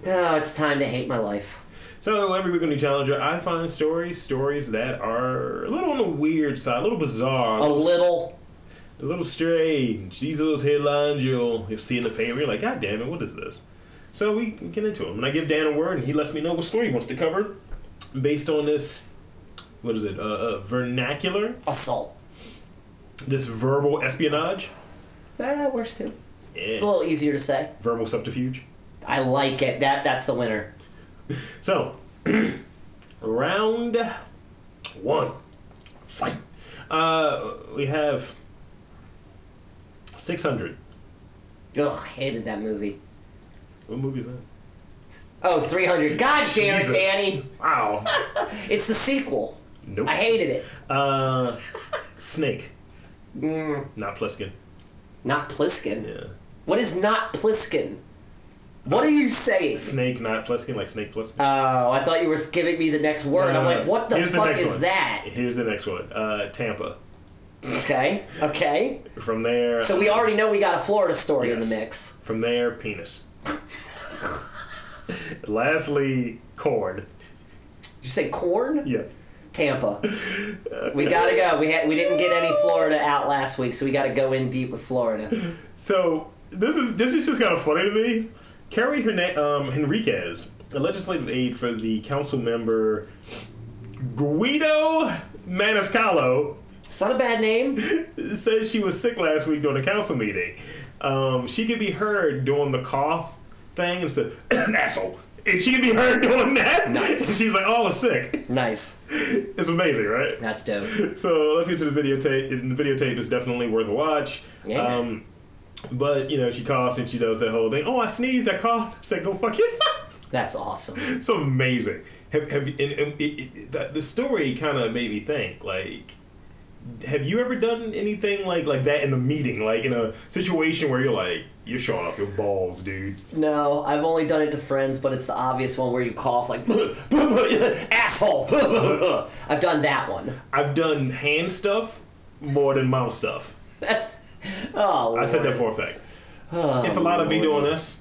Gabagool.
Oh, it's time to hate my life.
So every week on New Challenger, I find stories, stories that are a little on the weird side, a little bizarre,
A little.
a little strange. These are those headlines you'll you'll see in the paper. You're like, God damn it, what is this? So we get into them, and I give Dan a word, and he lets me know what story he wants to cover, based on this. What is it? Uh, uh, vernacular.
Assault.
This verbal espionage.
Ah, worse too. It's a
Yeah.
little easier to say.
Verbal subterfuge.
I like it. That that's the winner.
So, round one, fight. Uh, we have six hundred.
Ugh, hated that movie.
What movie is that?
Oh, 300. God damn it,
Jesus.
Danny.
Wow.
It's the sequel.
nope.
I hated it.
Uh, Snake.
Mm,
Not Pliskin.
not Pliskin.
Yeah.
What is not Pliskin? What are you saying?
Snake, not Pliskin, like Snake Pliskin.
Oh, I thought you were giving me the next word.
No,
I'm
no,
like,
no.
what the
Here's the
fuck
next
is
one.
that?
Here's the next one. Uh, Tampa.
Okay, okay.
From there.
So we already know we got a Florida story in
Yes.
the mix.
From there, penis. Lastly, corn.
Did you say corn?
Yes.
Tampa. We gotta go. We had we didn't get any Florida out last week, so we gotta go in deep with Florida.
So this is this is just kind of funny to me. Carrie Herne- um, Henriquez, a legislative aide for the council member Guido Maniscalco,
It's not a bad name.
said she was sick last week during a council meeting. Um, she could be heard doing the cough thing and said, "Asshole." And she could be heard doing that.
Nice.
And she was like, "Oh, I'm sick."
Nice.
It's amazing, right?
That's dope.
So let's get to the videotape. The videotape is definitely worth a watch.
Yeah.
Um, But you know, she coughs and she does that whole thing. Oh, I sneezed. I coughed. I said, "Go fuck yourself."
That's awesome.
It's amazing. Have, have and, and it, it, the, the story kind of made me think like. Have you ever done anything like like that in a meeting, like in a situation where you're like you're showing off your balls, dude?
No, I've only done it to friends, but it's the obvious one where you cough like asshole. I've done that one.
I've done hand stuff more than mouth stuff.
That's oh.
I said
Lord.
that for a fact.
Oh,
It's a lot of me
Lord.
doing this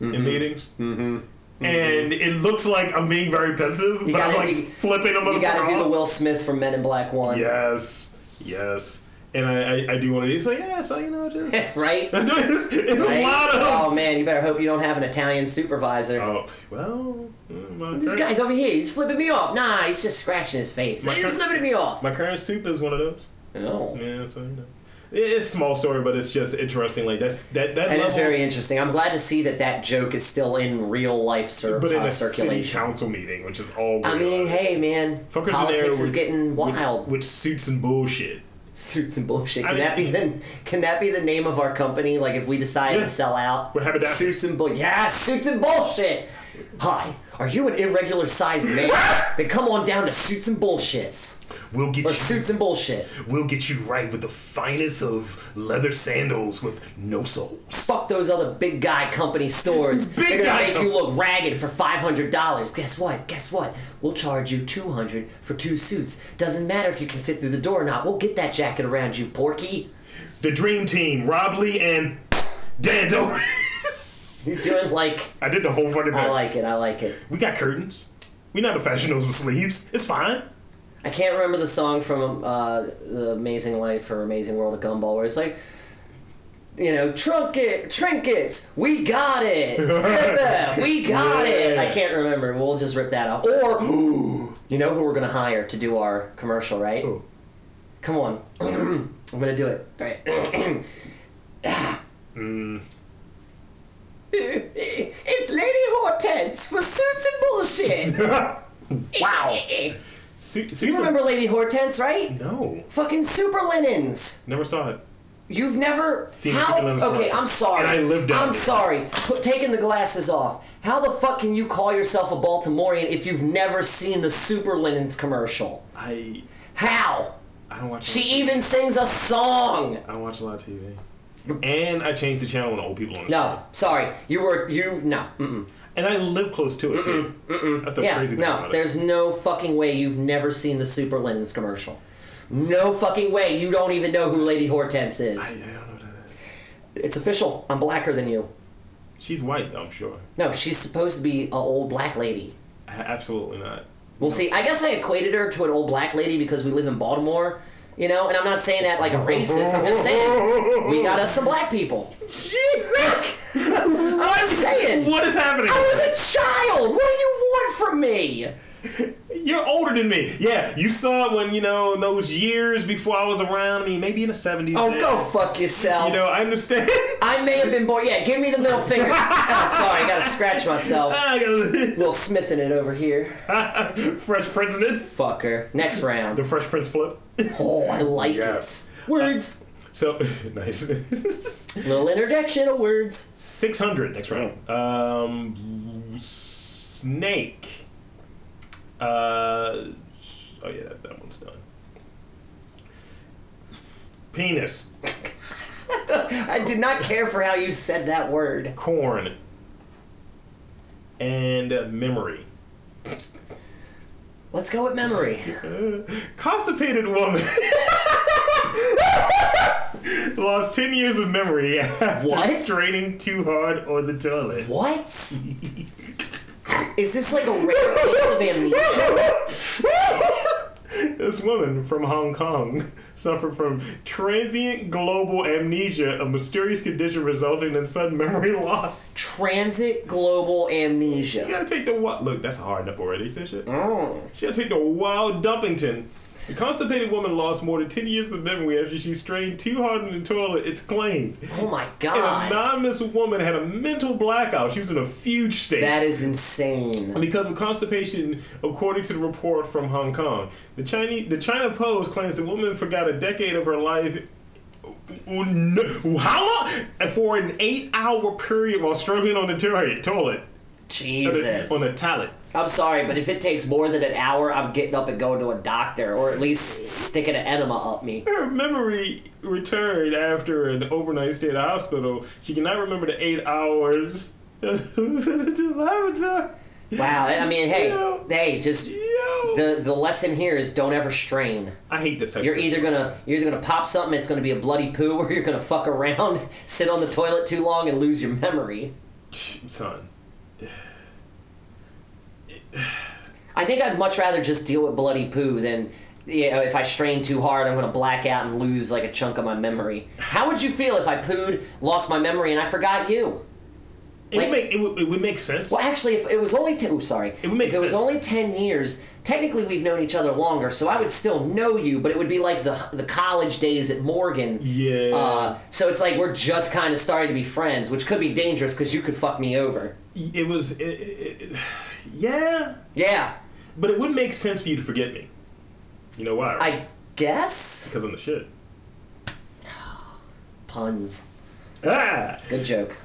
in meetings. Um, Mm-hmm. And it looks like I'm being very pensive, but
gotta-
I'm like
you-
flipping a motherfucker
You gotta do the
off.
Will Smith from Men in Black One.
Yes, yes. And I, I, I do one of these. Like, yeah, so you know, just
right.
I'm doing this. It's
Right?
a lot of.
Oh man, you better hope you don't have an Italian supervisor.
Oh, well, mm, my
This
current,
guy's over here. He's flipping me off. Nah, he's just scratching his face.
My
he's
cur-
flipping me off.
my current soup is one of those.
No.
Yeah, so you know, it, it's a small story, but it's just interesting. Like that's that that
And
level,
it's very interesting. I'm glad to see that that joke is still in real life cir-
but in
uh,
a city
circulation.
council meeting, which is all.
I mean,
real.
hey man,
Fuckers in there
politics is
with-
getting
with-
wild.
with, suits and bullshit.
Suits and bullshit.
I
Can
mean-
that be the Can that be the name of our company? Like if we decide
Yeah.
to sell out,
We're happy to-
suits and bull. Yeah, suits and bullshit. Hi, are you an irregular sized man? then come on down to suits and bullshits
We'll get
or
you.
suits and bullshit.
We'll get you right with the finest of leather sandals with no soles.
Fuck those other big guy company stores.
Big
They're gonna
guy
make
com-
you look ragged for five hundred dollars. Guess what? Guess what? We'll charge you two hundred for two suits. Doesn't matter if you can fit through the door or not. We'll get that jacket around you, Porky.
The dream team: Rob Lee and Dan Doris.
You're doing like
I did the whole fucking thing.
I like it. I like it.
we got curtains. We not a fashion those with sleeves. It's fine.
I can't remember the song from uh, the Amazing Life or Amazing World of Gumball, where it's like, you know, trunket trinkets, we got it, Yeah, we got it.
Yeah.
I can't remember. We'll just rip that off. Or you know who we're gonna hire to do our commercial, right?
Who?
Come on, I'm gonna do it. All right. Ah. It's Lady Hortense for suits and bullshit. wow.
Su- suits
You
are-
remember Lady Hortense, right?
No,
Fucking super linens.
never saw it.
You've never
Seen
how?
super linens
okay,
commercial.
I'm sorry.
And I lived down
I'm
there.
sorry. Put, taking the glasses off. How the fuck can you call yourself a Baltimorean if you've never seen the super linens commercial?
I
How?
I don't watch.
She even sings a song.
I don't watch a lot of TV. And I changed the channel when old people on. the
Mm. No, sorry. You were you no. Mm-mm.
channel. And I live close to it too. That's the
Yeah,
crazy thing
no.
about it.
There's no fucking way you've never seen the super linens commercial. No fucking way. You don't even know who Lady Hortense is.
I, I don't know what that is.
it's official. I'm blacker than you.
She's white, though, I'm sure.
No, she's supposed to be an old black lady.
A- Absolutely not.
Well, see, I guess I equated her to an old black lady because we live in Baltimore, you know. And I'm not saying that like a racist. I'm just saying we got us some black people.
Jesus!
I'm just saying.
What is happening?
I was a child. What do you want from me?
You're older than me. Yeah, you saw it when you know in those years before I was around. I mean, maybe in the seventies.
Oh, go fuck yourself.
You know, I understand.
I may have been born. Yeah, give me the middle finger. oh, sorry, I gotta scratch myself.
I got
Will Smith in it over here.
a Fresh Prince.
Fucker. Next round.
The Fresh Prince flip.
Oh, I like
Yes.
it. Words.
So nice.
Little interjection of words.
Six hundred next round. Um, snake. Uh, oh yeah, that, that one's done. Penis,
I did not care for how you said that word.
corn, and uh, memory.
Let's go with memory.
Constipated woman lost ten years of memory after
What?
straining too hard on the toilet.
What? Is this like a rare case of amnesia?
This woman from Hong Kong suffered from transient global amnesia, a mysterious condition resulting in sudden memory loss.
Transit global
She
amnesia.
gotta take the what? Look, that's hard enough already. Say shit.
Mm.
She gotta take the wild Dumpington. The constipated woman lost more than 10 years of memory after she strained too hard in the toilet, it's claimed.
Oh my
An
god.
anonymous woman had a mental blackout. She was in a fugue state.
That is insane.
Because of constipation, according to the report from Hong Kong, the Chinese the China Post claims the woman forgot a decade of her life No- How long? For an eight hour period while struggling on the toilet. toilet
Jesus.
On the toilet.
I'm sorry, but if it takes more than an hour, I'm getting up and going to a doctor, or at least sticking an enema up me.
Her memory returned after an overnight stay at the hospital. She cannot remember the eight hours visit to the laboratory.
Wow. I mean, hey,
Yeah.
hey, just
Yo.
the the lesson here is don't ever strain.
I hate this type
You're
of
either gonna you're either gonna pop something, it's gonna be a bloody poo, or you're gonna fuck around, sit on the toilet too long, and lose your memory.
son.
I think I'd much rather just deal with bloody poo than you know, if I strain too hard, I'm gonna black out and lose like a chunk of my memory. How would you feel if I pooed, lost my memory, and I forgot you?
It,
Like-
would make, it, would, it would make sense.
Well, actually, if it was only ten, oh, sorry,
It would make
if it was
sense.
only ten years, technically we've known each other longer, so I would still know you, but it would be like the the college days at Morgan.
Yeah.
Uh, so it's like we're just kind of starting to be friends, which could be dangerous because you could fuck me over.
it was. It, it, it, yeah.
Yeah,
But it would make sense for you to forget me. You know why?
I guess
Because I'm the shit.
puns.
Ah!
Good joke.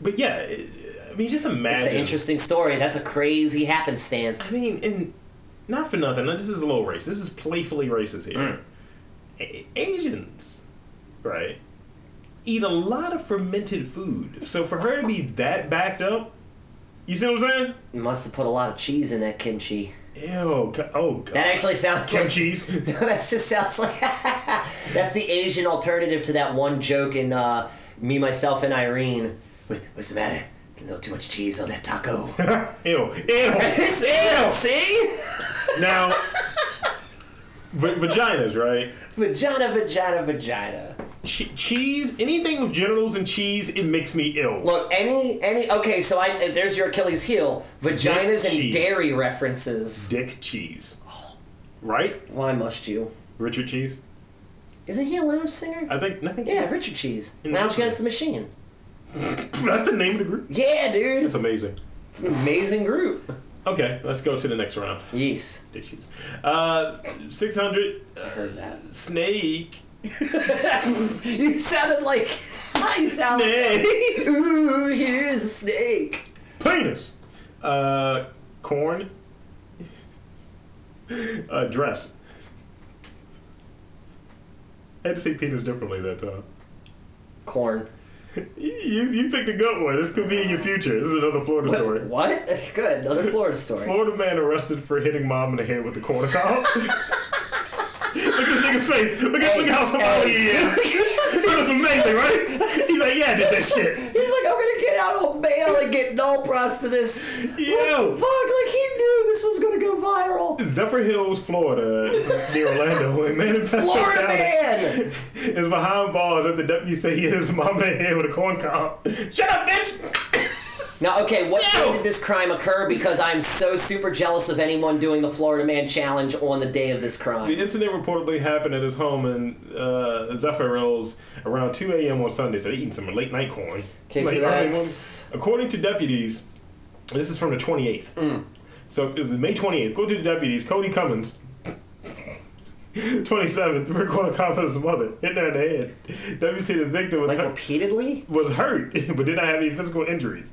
But yeah, it, I mean, just
It's
imagine.
an interesting story. That's a crazy happenstance.
I mean, and not for nothing. This is a little racist. This is playfully racist here.
Mm.
A- Asians, right, eat a lot of fermented food. So for her to be that backed up, you see what I'm
You must have put a lot of cheese in that kimchi.
saying? Ew. co- Oh god.
That actually sounds
Some
like
cheese.
that just sounds like that's the Asian alternative to that one joke in uh, Me, Myself, and Irene. What, what's the matter? A little too much cheese on that taco.
Ew. Ew.
See? See?
now, v- vaginas, right?
Vagina, vagina, vagina.
Ch- cheese. Anything with genitals and cheese, it makes me ill.
Look, any any okay, so I there's your Achilles heel. Vaginas and
cheese.
dairy references.
Dick cheese. Right?
Why must you?
Richard Cheese.
Isn't he a lounge singer?
I think nothing.
yeah, Richard Cheese.
In
Lounge
Richmond.
Against the Machine.
That's the name of the group.
Yeah, dude.
It's amazing.
It's an amazing group.
Okay, let's go to the next round.
Yes.
Dick cheese. Uh, 600
I heard that.
snake.
you sounded like you sound
Snake.
Ooh, here's a snake.
Penis. Uh, corn. Uh, dress. I had to say penis differently that time.
Corn.
You, you picked a good one. This could be in your future. This is another Florida story.
What? Good. Another Florida story.
Florida man arrested for hitting mom in the head with a quarter cob. look at this nigga's face. Look at,
Hey,
look at how smiley he is. That's amazing, right? He's like, yeah, I did that shit.
He's like, I'm gonna get out on bail and get null props to this.
Yo.
Fuck, like he knew this was gonna go viral.
Zephyr Hills, Florida, near Orlando, and man in Pasco
Florida
County
man!
is behind bars after deputy say he hits mom in the head with a corn cob. Shut up, bitch!
Now, okay, what
No.
day did this crime occur? Because I'm so super jealous of anyone doing the Florida Man Challenge on the day of this
the
crime.
incident reportedly happened at his home in uh, Zephyr Hills around 2 a.m. on Sunday, so they eating some late night corn.
Okay, so
Late early
that's-
morning. According to deputies, this is from the 28th.
Mm.
So it was May 28th. Go to the deputies. Cody Cummins, 27th, recorded confidence of mother, hitting her in the head. Deputies say the victim was
Like
hurt,
repeatedly?
was hurt, but did not have any physical injuries.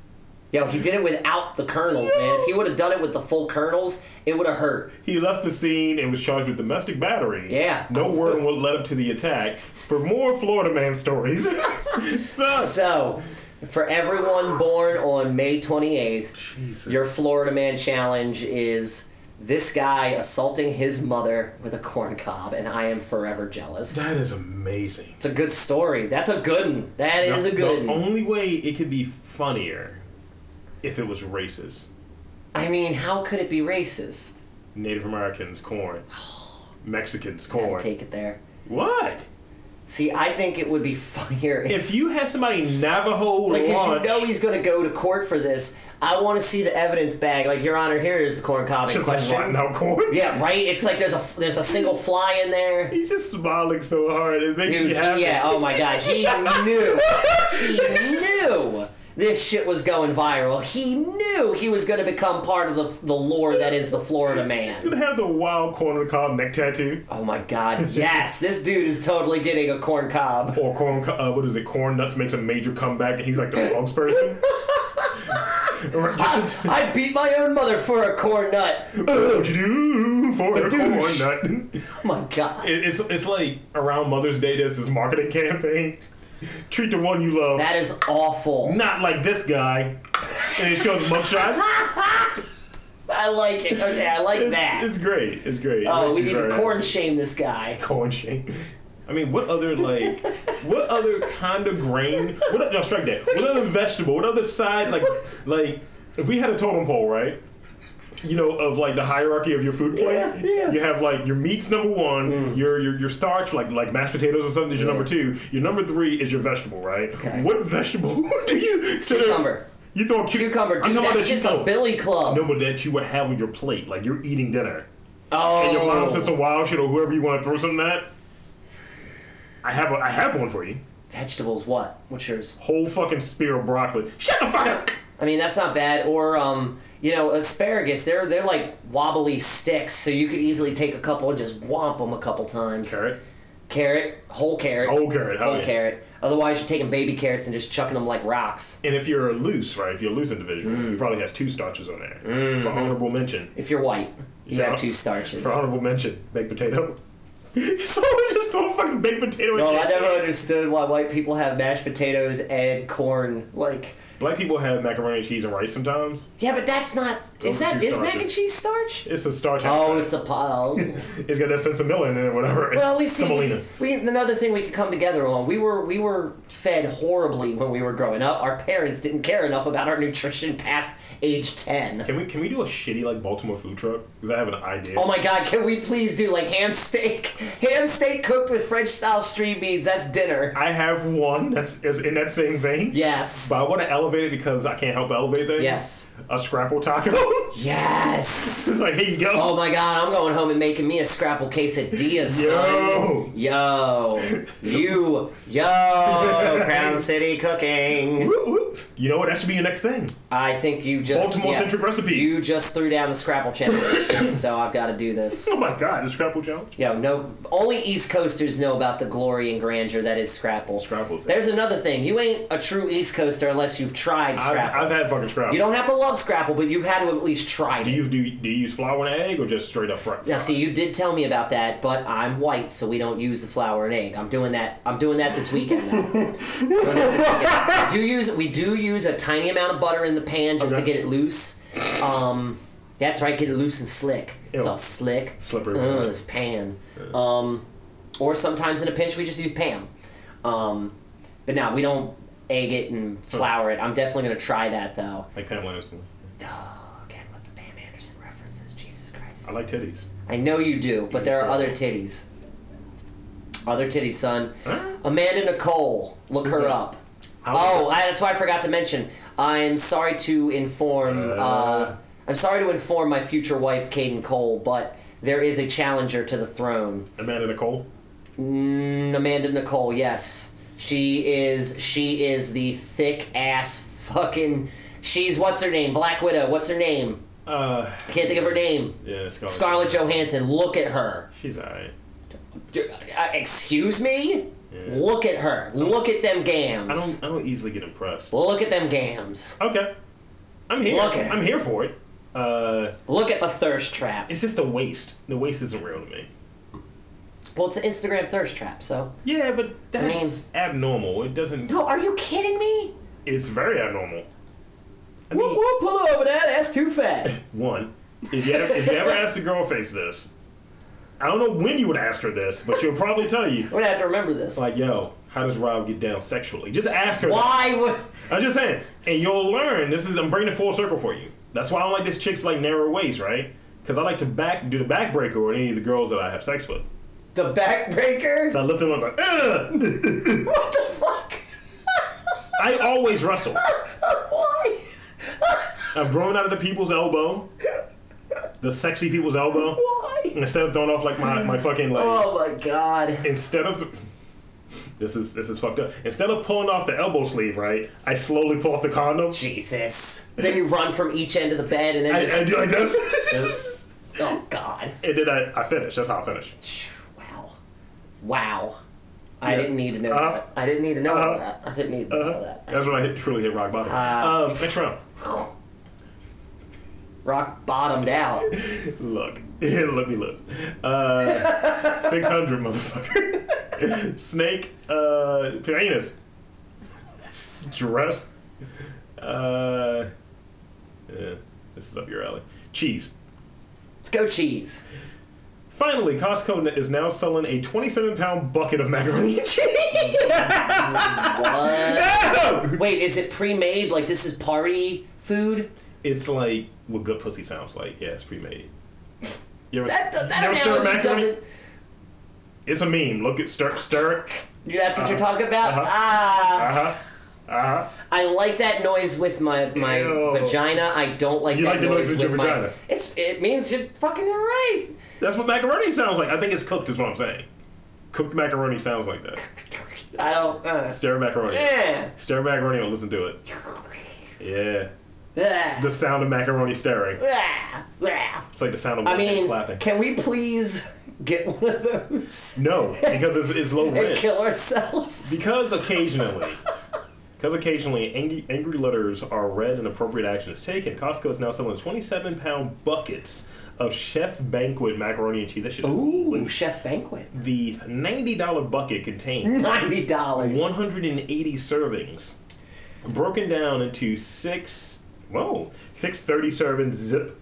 Yo, he did it without the kernels, man. If he would have done it with the full kernels, it would have hurt.
He left the scene and was charged with domestic battery.
Yeah.
No word on what led up to the attack. For more Florida man stories, son.
So, for everyone born on May 28th, your Florida Man Challenge is this guy assaulting his mother with a corn cob, and I am forever jealous.
That is amazing.
It's a good story. That's a good one. That is a good
The
one.
only way it could be funnier if it was racist.
I mean, how could it be racist?
Native Americans, corn. Mexicans,
Had to
corn.
take it there.
What?
See, I think it would be funnier if,
If you had somebody Navajo
like, 'cause
launch,
you know he's gonna go to court for this. I want to see the evidence bag. Like, Your Honor, here is the corn cob in
just like
question.
rotten out corn.
Yeah, right. It's like there's a there's a single fly in there.
He's just smiling so hard. It makes
Dude, oh.
me
he,
happy.
yeah, oh my god, he knew. He knew. this shit was going viral. He knew he was going to become part of the, the lore that is the Florida
Gonna
man.
have the wild corn cob neck tattoo
Oh my god, yes, this dude is totally getting a corn cob.
or corn. co- Uh, what is it? Corn nuts makes a major comeback, and he's like the spokesperson. Or just-
I beat my own mother for a corn nut. Oh
What'd you do for a corn
Badoosh.
nut?
Oh my god.
It, it's it's like around Mother's Day. There's this marketing campaign. Treat the one you love.
That is awful.
not like this guy. And it shows mugshot.
I like it. Okay, I like that.
It's great. It's great. It
Oh,
makes
we
you
need to
very
corn
happy.
shame this guy.
corn shame. I mean, what other like, what other kind of grain? What no, strike that. What other vegetable? What other side? Like, like if we had a totem pole, right? You know, of like the hierarchy of your food plate.
Yeah, yeah. Mm.
You have like your meats number one, your, your your starch like like mashed potatoes or something is your
Yeah.
number two. Your number three is your vegetable, right?
Okay.
What vegetable do you so there-
Cucumber.
You throw a cuc-
Cucumber,
I'm
dude,
talking about
that's
the
just a
cucumber.
billy club.
No, but that you would have on your plate, like you're eating dinner.
oh,
And your mom says some wild shit or whoever you want to throw something at. I have a, I have one for you.
vegetables. What? What's yours?
Whole fucking spear of broccoli. Shut the fuck up.
I mean, that's not bad. Or, um, you know, asparagus. They're they're like wobbly sticks, so you could easily take a couple and just whomp them a couple times.
Carrot.
Carrot, whole carrot,
Whole carrot. Hell
whole
yeah.
carrot. Otherwise, you're taking baby carrots and just chucking them like rocks.
And if you're loose, right? If you're a loose individual,
Mm.
you probably have two starches on there for honorable mention.
If you're white, you
Yeah.
have two starches.
For honorable mention, baked potato. so I just throw a fucking baked potato. at
No,
you.
I never understood why white people have mashed potatoes and corn. Like,
Black people have macaroni and cheese and rice sometimes.
yeah, but that's not.
Those
Is
are
that
two
is mac and
starches.
cheese starch?
It's a starch.
Oh,
appetite.
it's a pile.
it's got that sense of melon in it, whatever.
Well, at least see,
semolina.
we, we another thing we could come together on. We were we were fed horribly when we were growing up. Our parents didn't care enough about our nutrition past age ten.
Can we can we do a shitty like Baltimore food truck? Because I have an idea.
Oh my god, can we please do like ham steak? Ham steak cooked with French style string beans, that's dinner.
I have one that's is in that same vein.
Yes.
But I want to elevate it because I can't help but elevate things.
Yes.
A scrapple taco.
Yes.
it's like here you go.
Oh my god, I'm going home and making me a scrapple quesadilla,
Yo.
son. Yo. You. Yo. Crown City cooking.
Whoop, whoop. You know what? That should be your next thing.
I think you just
Baltimore centric recipes.
You just threw down the Scrapple challenge, so I've got to do this.
Oh my god, the scrapple challenge.
Yo, no, only East Coasters know about the glory and grandeur that is Scrapple.
Scrapple's-
There's another thing. You ain't a true East Coaster unless you've tried
I've,
Scrapple.
I've had fucking scrapple.
you don't have to love Scrapple, but you've had to at least try it.
do you do, do you use flour and egg or just straight up fry?
now, see, you did tell me about that, but I'm white, so we don't use the flour and egg. I'm doing that. I'm doing that this weekend. Now. Doing that this weekend. We do use we do use a tiny amount of butter in the pan just
Okay.
to get it loose. Um, that's right, get it loose and slick. It's
Ew.
all slick,
Slippery.
Ugh, this pan. Um, or sometimes in a pinch we just use Pam. Um, but now we don't egg it and flour it. I'm definitely gonna try that though.
like Pam Anderson.
Oh, again with the Pam Anderson references, Jesus Christ.
I like titties.
I know you do, but there are
do.
other titties. Other titties, son.
Huh?
Amanda Nicole, look her
that?
up.
How
Oh, I, that's why I forgot to mention. I'm sorry to inform.
Uh.
Uh, I'm sorry to inform my future wife, Caden Cole, but there is a challenger to the throne.
Amanda Nicole.
Mm, Amanda Nicole, yes, she is. She is the thick ass fucking. She's what's her name? Black Widow. What's her name?
Uh,
I can't think of her name.
yeah, Scarlett.
Scarlett Johansson. Look at her.
She's alright.
Uh, excuse me? Look at her. Look at them gams.
I don't I don't easily get impressed.
Look at them gams.
Okay. I'm here.
Look at it.
I'm here for it. Uh,
Look at the thirst trap.
it's just the waste. The waste isn't real to me.
Well, it's an Instagram thirst trap, so.
Yeah, but that's
mean-
abnormal. It doesn't.
No, are you kidding me?
It's very abnormal. I mean,
Whoop whoop, pull over that ass too fat.
one, if you, ever, if you ever asked a girl face this, I don't know when you would ask her this, but she'll probably tell you,
I'm gonna have to remember this.
like, yo, how does Rob get down sexually? Just ask her. that.
Why would.
I'm just saying, and you'll learn. This is I'm bringing it full circle for you. That's why I don't like this chicks like narrow waist, right? Because I like to back do the backbreaker on any of the girls that I have sex with.
The backbreaker?
So I lift them up like, Ugh!
What the fuck?
I always wrestle.
Why?
I've grown out of the people's elbow, the sexy people's elbow.
Why?
Instead of throwing off like my, my fucking like,
Oh my god.
instead of This is this is fucked up. Instead of pulling off the elbow sleeve, right? I slowly pull off the condom.
Jesus. Then you run from each end of the bed and then
I,
just.
I do like this.
oh, God.
and then I, I finish. That's how I finish.
Wow. Wow. I
Yeah.
didn't need to know
Uh-huh.
that. I didn't need to know all
Uh-huh.
that. I didn't need to know that.
That's when I hit, truly hit rock bottom.
Ah.
um, next round.
Rock bottomed out.
Look, let me look. Uh, Six hundred, motherfucker. Snake, uh, penis, dress. Uh, yeah, this is up your alley. Cheese.
Let's go cheese.
Finally, Costco n- is now selling a 27-pound bucket of macaroni and cheese.
What? Wait, is it pre-made? Like this is party food?
it's like what good pussy sounds like. Yeah, it's pre-made. You ever,
That that
you ever stir
analogy
macaroni?
doesn't.
It's a meme. Look at stir, stir.
That's what you're talking about.
Uh-huh.
Ah,
Uh huh. Uh huh.
I like that noise with my my
Ew.
vagina. I don't like
You
that
like the noise with your
my-
vagina.
It's it means you're fucking right.
That's what macaroni sounds like. I think it's cooked, is what I'm saying. Cooked macaroni sounds like that.
I don't. Uh,
Stir macaroni.
yeah.
Stir macaroni and listen to it. Yeah.
Ah.
The sound of macaroni stirring.
Ah. Ah.
It's like the sound of
I mean,
clapping.
can we please get one of those
no, because it's, it's low
and
rent.
kill ourselves?
Because occasionally, because occasionally angry, angry letters are read and appropriate action is taken, Costco is now selling 27 pound buckets of Chef Banquet macaroni and cheese. That shit is
Ooh,
loose.
chef banquet.
The $90 bucket contains
Ninety dollars.
180 servings, broken down into six, whoa, six 30 serving zip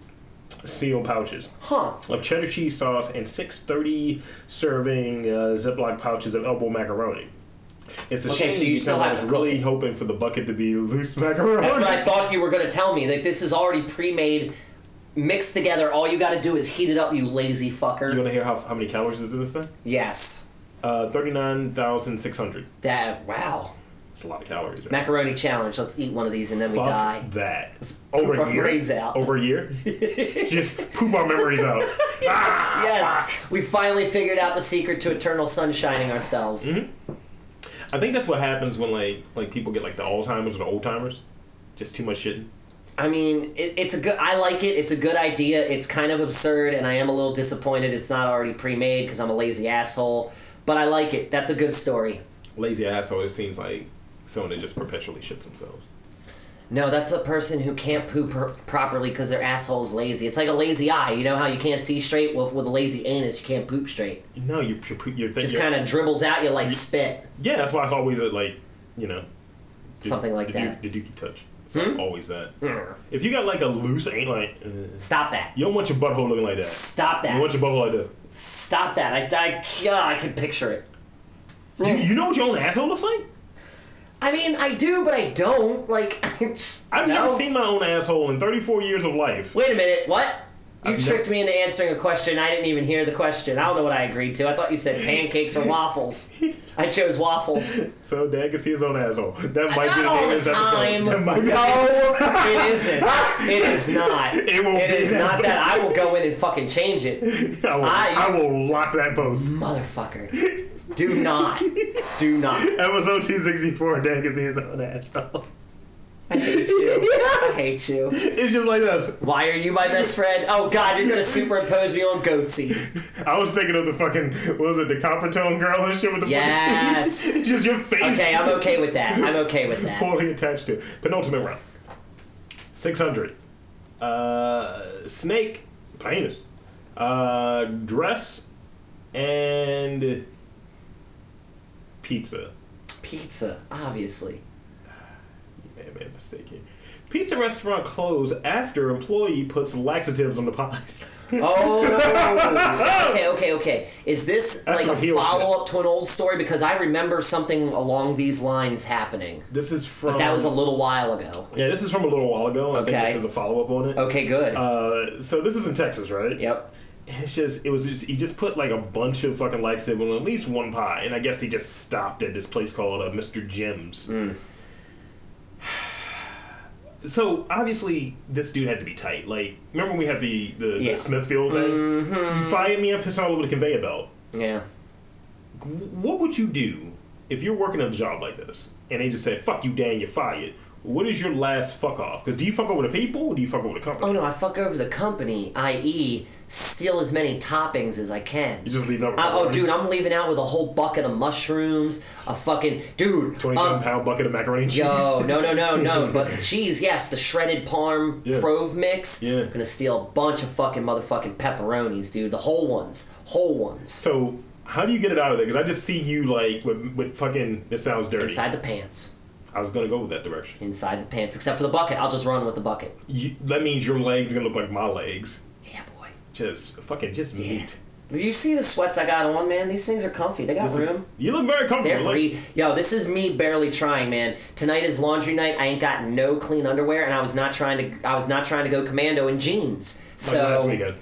seal pouches
Huh.
of cheddar cheese sauce and six 30 serving uh, Ziploc pouches of elbow macaroni. It's a shame
Okay, so you
because
still
I
have
was
to cook
really
it.
hoping for the bucket to be loose macaroni.
That's what I thought you were going to tell me. That this is already pre-made, mixed together. All you got to do is heat it up, you lazy fucker.
You want to hear how, how many calories is in this thing?
yes.
Uh, 39,600.
That wow.
That's a lot of calories, right?
Macaroni challenge. Let's eat one of these and then we
Fuck
die.
that. Over
poop
a
our
year.
brains out.
Over a year? Just poop our memories out. Ah!
Yes, we finally figured out the secret to eternal sunshining ourselves.
I think that's what happens when like like people get like the Alzheimer's or the old timers. Just too much shitting.
I mean, it, it's a good. I like it. It's a good idea. It's kind of absurd, and I am a little disappointed it's not already pre-made because I'm a lazy asshole. But I like it. That's a good story.
Lazy asshole. It seems like someone that just perpetually shits themselves.
No, that's a person who can't poop pr- properly because their asshole's lazy. It's like a lazy eye. You know how you can't see straight? Well, with a lazy anus, you can't poop straight.
No, you you poo- you're
Just
thinking.
kind of dribbles out you like spit.
Yeah, that's why it's always at like you know the-
Something like
the
that. Hmm?
duke- the dookie touch. So it's always that.
Mm.
If you got like a loose ain't like uh,
Stop that.
you don't want your butthole looking like that.
Stop
You want
that.
your butthole like this.
Stop that. I, I, ah, I can picture it.
You, you know what your own asshole looks like?
I mean, I do, but I don't. Like, I've
I've never seen my own asshole in 34 years of life.
Wait a minute. What? You
I've
tricked me into answering a question. I didn't even hear the question. I don't know what I agreed to. I thought you said pancakes or waffles. I chose waffles.
So Dan can see his own asshole. That might be
not
the
all
name
the
of this episode.
time.
That might be-
No, it isn't. It is not.
It won't
It
be
is
that.
not that. I will go in and fucking change it,
I will,
I-
I will lock that post.
motherfucker. Do not. Do not.
Episode 264, Dan can see his own asshole.
I hate you. I hate you.
It's just like this.
Why are you my best friend? Oh God, you're gonna superimpose me on Goatsy.
I was thinking of the fucking, what was it, the copper tone girl and shit with the
Yes.
fucking, just your face
Okay, I'm okay with that. I'm okay with that.
poorly attached to. Penultimate round. 600. Uh, snake, penis. Uh, dress, and pizza.
Pizza, obviously.
May have made a mistake here. Pizza restaurant closed after employee puts laxatives on the pies.
Oh. okay, okay, okay. Is this
That's
like
what he
a
was
follow up to an old story? Because I remember something along these lines happening.
This is from
That was a little while ago.
yeah. This is from a little while ago. and I think
Okay.
this is a follow up on it.
Okay, good.
Uh, so this is in Texas, right?
yep.
It's just it was just he just put like a bunch of fucking laxative on at least one pie, and I guess he just stopped at this place called uh, Mr. Jim's.
Mm.
So obviously this dude had to be tight. Like remember when we had the the, the
Yeah. Mm-hmm.
Smithfield thing? You fired me, I'm pissing all over the conveyor belt.
Yeah.
what would you do if you're working at a job like this and they just say, fuck you, Dan, you're fired, what is your last fuck off? Because do you fuck over the people or do you fuck over the company?
Oh no, I fuck over the company, i.e., steal as many toppings as I can.
You just leave out.
I, oh, dude, I'm leaving out with a whole bucket of mushrooms, a fucking dude.
Twenty-seven
um,
pound bucket of macaroni and cheese.
Yo, no, no, no, no. But cheese, yes, the shredded parm
Yeah.
Prove mix.
Yeah.
Gonna steal a bunch of fucking motherfucking pepperonis, dude. The whole ones, whole ones,
So how do you get it out of there? Because I just see you like with, with fucking. This sounds dirty.
inside the pants,
I was gonna go with that direction.
inside the pants. Except for the bucket, I'll just run with the bucket.
You, that means your legs gonna look like my legs.
Yeah, boy.
Just fucking just meat.
Do you see the sweats I got on, man? These things are comfy. They got
Just-
room.
You look very
They're
comfortable. Like,
bre- Yo, this is me barely trying, man. Tonight is laundry night. I ain't got no clean underwear, and I was not trying to. I was not trying to go commando in jeans.
like last
So
weekend.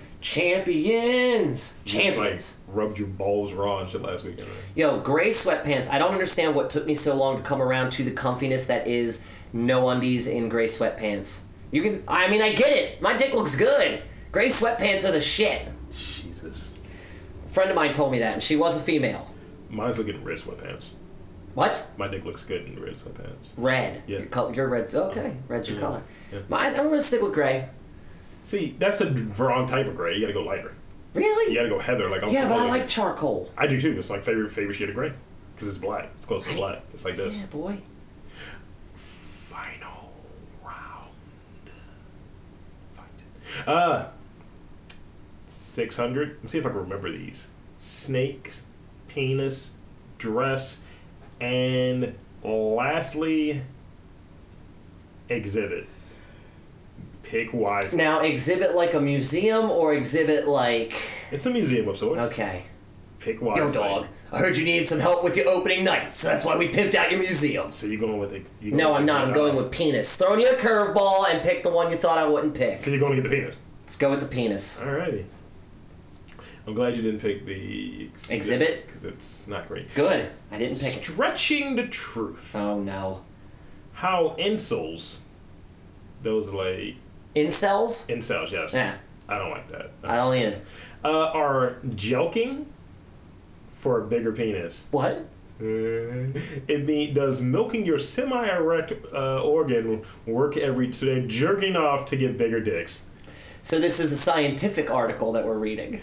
champions,
You just, like,
champions.
rubbed your balls raw and shit last weekend. right?
Yo, gray sweatpants. I don't understand what took me so long to come around to the comfiness that is no undies in gray sweatpants. You can. I mean, I get it. My dick looks good. Gray sweatpants are the shit.
Jesus.
A friend of mine told me that, and she was a female.
Mine's looking red sweatpants.
What?
My dick looks good in red sweatpants.
Red.
Yeah.
Your, col- your red's okay. Red's your
Yeah.
color.
Yeah.
Mine. I'm gonna stick with gray.
See, that's the wrong type of gray. You gotta go lighter.
Really?
You gotta go heather. Like I'm
Yeah, but I
familiar.
like charcoal.
I do too. It's like favorite favorite shade of gray because it's black. It's close to black. It's like this.
Yeah, boy.
Final round. Fight. Uh, six hundred. Let's see if I can remember these. Snakes, penis, dress, and lastly, exhibit. Pick wise.
Now exhibit like a museum or exhibit like
It's a museum of sorts.
okay.
Pick wise.
Yo, dog. I heard you needed some help with your opening night, so that's why we pimped out your museum.
So you're going with it. you're
No,
going
I'm not. I'm
with-
going with penis. Throwing you a curveball and pick the one you thought I wouldn't pick.
So you're going to get the penis.
Let's go with the penis.
Alrighty. I'm glad you didn't pick the
Exhibit?
because it's not great.
Good. I didn't pick it.
Stretching the truth.
Oh no.
How insoles, those like
Incels?
incels, yes.
Yeah.
I don't like that.
I don't need it.
Uh, are joking for a bigger penis.
What? Mm-hmm.
It mean, does milking your semi-erect uh, organ work every? So they're jerking off to get bigger dicks.
So this is a scientific article that we're reading.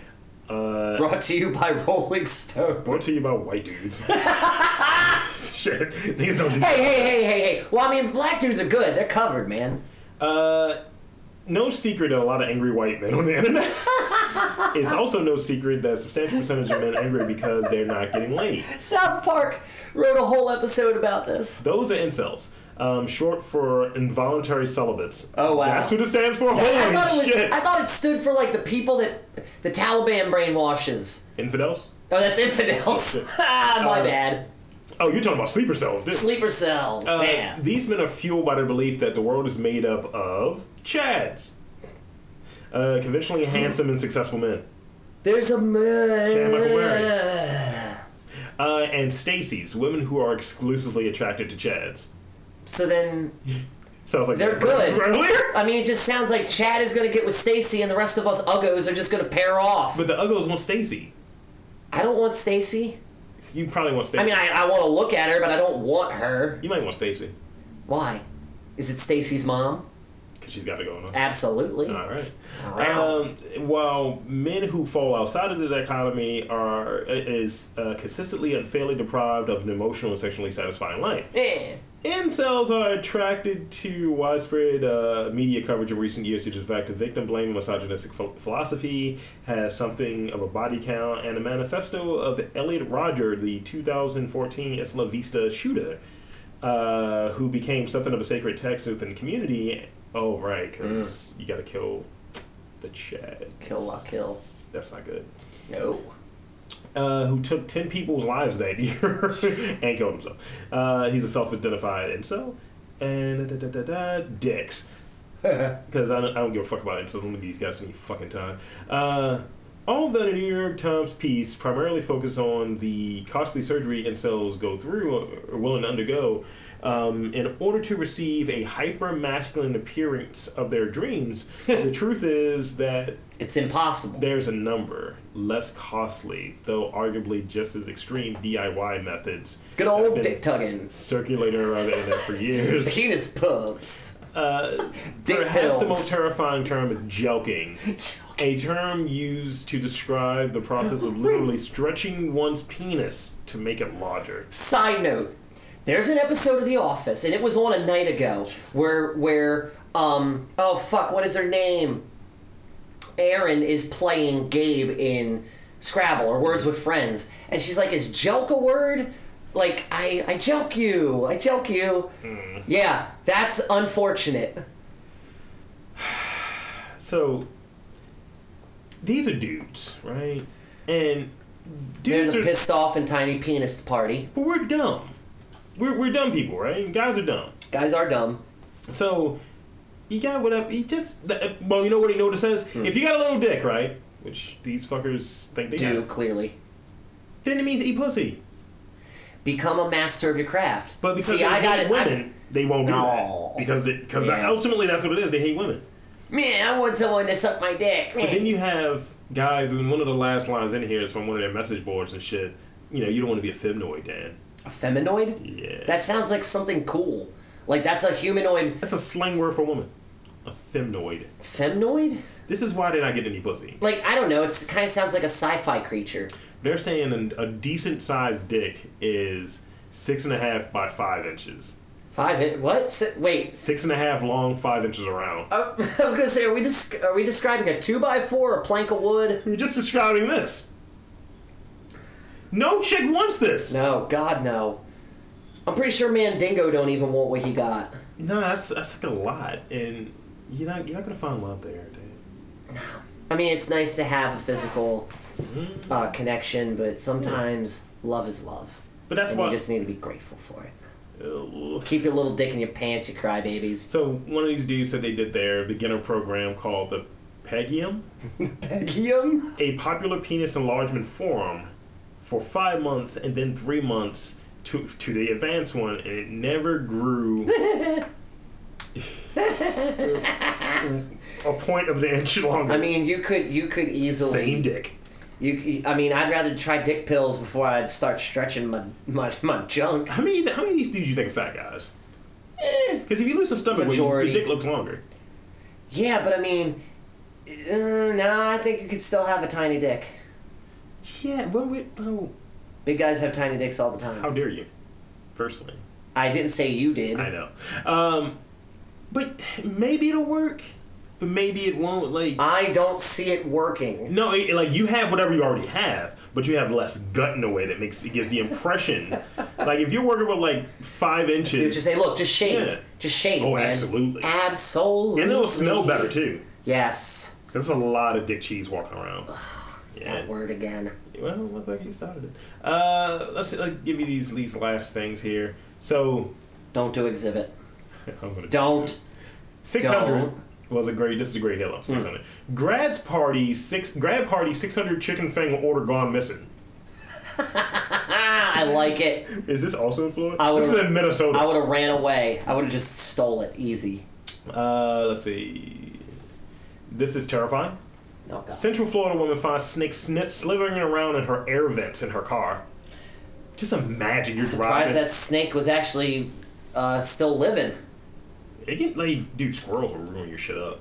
Uh,
Brought to you by Rolling Stone.
Brought to you by white dudes. Shit, niggas don't do that.
Hey, hey, hey, hey, hey. Well, I mean, black dudes are good. They're covered, man.
Uh, no secret that a lot of angry white men on the internet. it's also no secret that a substantial percentage of men are angry because they're not getting laid.
South Park wrote a whole episode about this.
Those are incels. Um, short for involuntary celibates.
Oh, wow.
That's what it stands for. Holy
I thought, it was,
shit!
I thought it stood for like the people that the Taliban brainwashes.
Infidels.
Oh, that's infidels. ah, my
Uh,
bad.
Oh, you're talking about sleeper cells, dude.
Sleeper cells.
Uh,
yeah.
These men are fueled by the belief that the world is made up of chads, uh, conventionally
Hmm.
handsome and successful men.
There's a man.
Yeah, Michael Uh, and Stacy's, women who are exclusively attracted to Chads.
So then,
Sounds like
They're
the reference
good.
earlier.
I mean, it just sounds like Chad is gonna get with Stacy, and the rest of us uggos are just gonna pair off.
But the Uggos want Stacy.
I don't want Stacy.
You probably want Stacy.
I mean, I, I want to look at her, but I don't want her.
you might want Stacy
Why? Is it Stacy's mom?
because she's got it going on.
Absolutely.
All right.
Ah. Wow.
Um, while men who fall outside of the dichotomy are is uh, consistently and fairly deprived of an emotional and sexually satisfying life,
Eh.
Incels are attracted to widespread uh, media coverage in recent years due to the fact that victim blame and misogynistic ph- philosophy has something of a body count, and the manifesto of Elliot Roger, the 2014 Isla Vista shooter, uh, who became something of a sacred text within the community. Oh, right, because you gotta kill the Chad.
Mm. Kill la kill.
That's not good.
No.
Uh, who took 10 people's lives that year and killed himself. Uh, he's a self identified incel. And da, da, da, da, dicks. Because I don't, I don't give a fuck about incels. Only these guys need fucking time. Uh, Although the New York Times piece primarily focused on the costly surgery incels go through or willing to undergo um, in order to receive a hyper masculine appearance of their dreams, the truth is that
It's impossible.
there's a number less costly, though arguably just as extreme DIY methods.
Good
that have
old
been
dick tugging.
Circulating around the internet for years.
Penis pubs.
Uh,
Dick
perhaps the
pills.
most terrifying term is jelking. A term used to describe the process of literally stretching one's penis to make it larger.
Side note: There's an episode of The Office, and it was on a night ago where where um oh fuck, what is her name? Aaron is playing Gabe in Scrabble or Words with Friends, and she's like, "Is jelk a word?" Like I I jelk you, I jelk you.
Hmm.
Yeah, that's unfortunate.
So, these are dudes, right? And
They're
dudes
the
are.
pissed off and tiny penis party.
but we're dumb. We're, we're dumb people, right? Guys are dumb.
Guys are dumb.
So you got whatever. He just the- well, you know what he notice says.
Hmm.
If you got a little dick, right, which these fuckers think they
Do
do,
clearly
then it means eat pussy.
become a master of your craft.
But because
See,
they
I
hate
got it. I-
women, they won't do
No.
that because because
Yeah.
ultimately that's what it is. They hate women.
Man, I want someone to suck my dick.
But
Man.
then you have guys, and one of the last lines in here is from one of their message boards and shit. You know, you don't want to be a femnoid, Dan.
A feminoid?
Yeah,
That sounds like something cool. Like that's a humanoid
that's a slang word for woman. A femnoid.
feminoid?
This is why they're not getting any pussy.
Like I don't know. It kind of sounds like a sci-fi creature.
They're saying a, a decent sized dick is six and a half by five inches.
Five. In- what? S- wait.
Six and a half long, five inches around.
Oh, I was gonna say, are we just are we describing a two by four, a plank of wood?
You're just describing this. No chick wants this.
No, God no. I'm pretty sure Mandingo don't even want what he got.
No, that's that's like a lot, and you're not you're not gonna find love there. dude.
I mean, it's nice to have a physical uh, connection, but sometimes love is love,
But that's
and
why.
you just need to be grateful for it.
Ugh.
Keep your little dick in your pants, you crybabies.
so one of these dudes said they did their beginner program called the Pegium,
Pegium.
a popular penis enlargement forum, for five months and then three months to to the advanced one, and it never grew. a point of an inch longer.
I mean, you could you could easily
same dick.
You, I mean, I'd rather try dick pills before I'd start stretching my my, my junk.
How many? How many of these dudes you think are fat guys? Because if you lose some stomach weight, your
Eh. Majority.
dick looks longer.
Yeah, but I mean, uh, nah, I think you could still have a tiny dick.
Yeah. Well, wait, oh,
Big guys have tiny dicks all the
how
time.
dare you? Firstly,
I didn't say you did.
I know. Um, but maybe it'll work. But maybe it won't. Like
I don't see it working.
no, it, like you have whatever you already have, but you have less gut in a way that makes it gives the impression. like if you're working with like five
See what you
inches,
say? Look, just shave.
Yeah.
Just shave.
Oh,
man.
absolutely.
Absolutely.
and it'll smell better too.
Yes.
There's a lot of dick cheese walking around.
That word again.
Well, look like you started it. Uh, let's, let's give you these these last things here. So
Don't do exhibit.
I'm gonna
Don't.
six hundred
don't. Hmm.
was a great. This is a great hill up six hundred. Grad's party six grad party six hundred chicken finger order gone missing.
Ah, I like it.
Is this also in Florida?
I
this is
would've-
in Minnesota.
I would have ran away. I would have just stole it. Easy.
uh, let's see. This is terrifying.
No God.
Central Florida woman finds snake snip slithering around in her air vents in her car. Just imagine you're
surprised
driving.
that snake was actually uh, still living.
It can, like, dude, squirrels will ruin your shit up.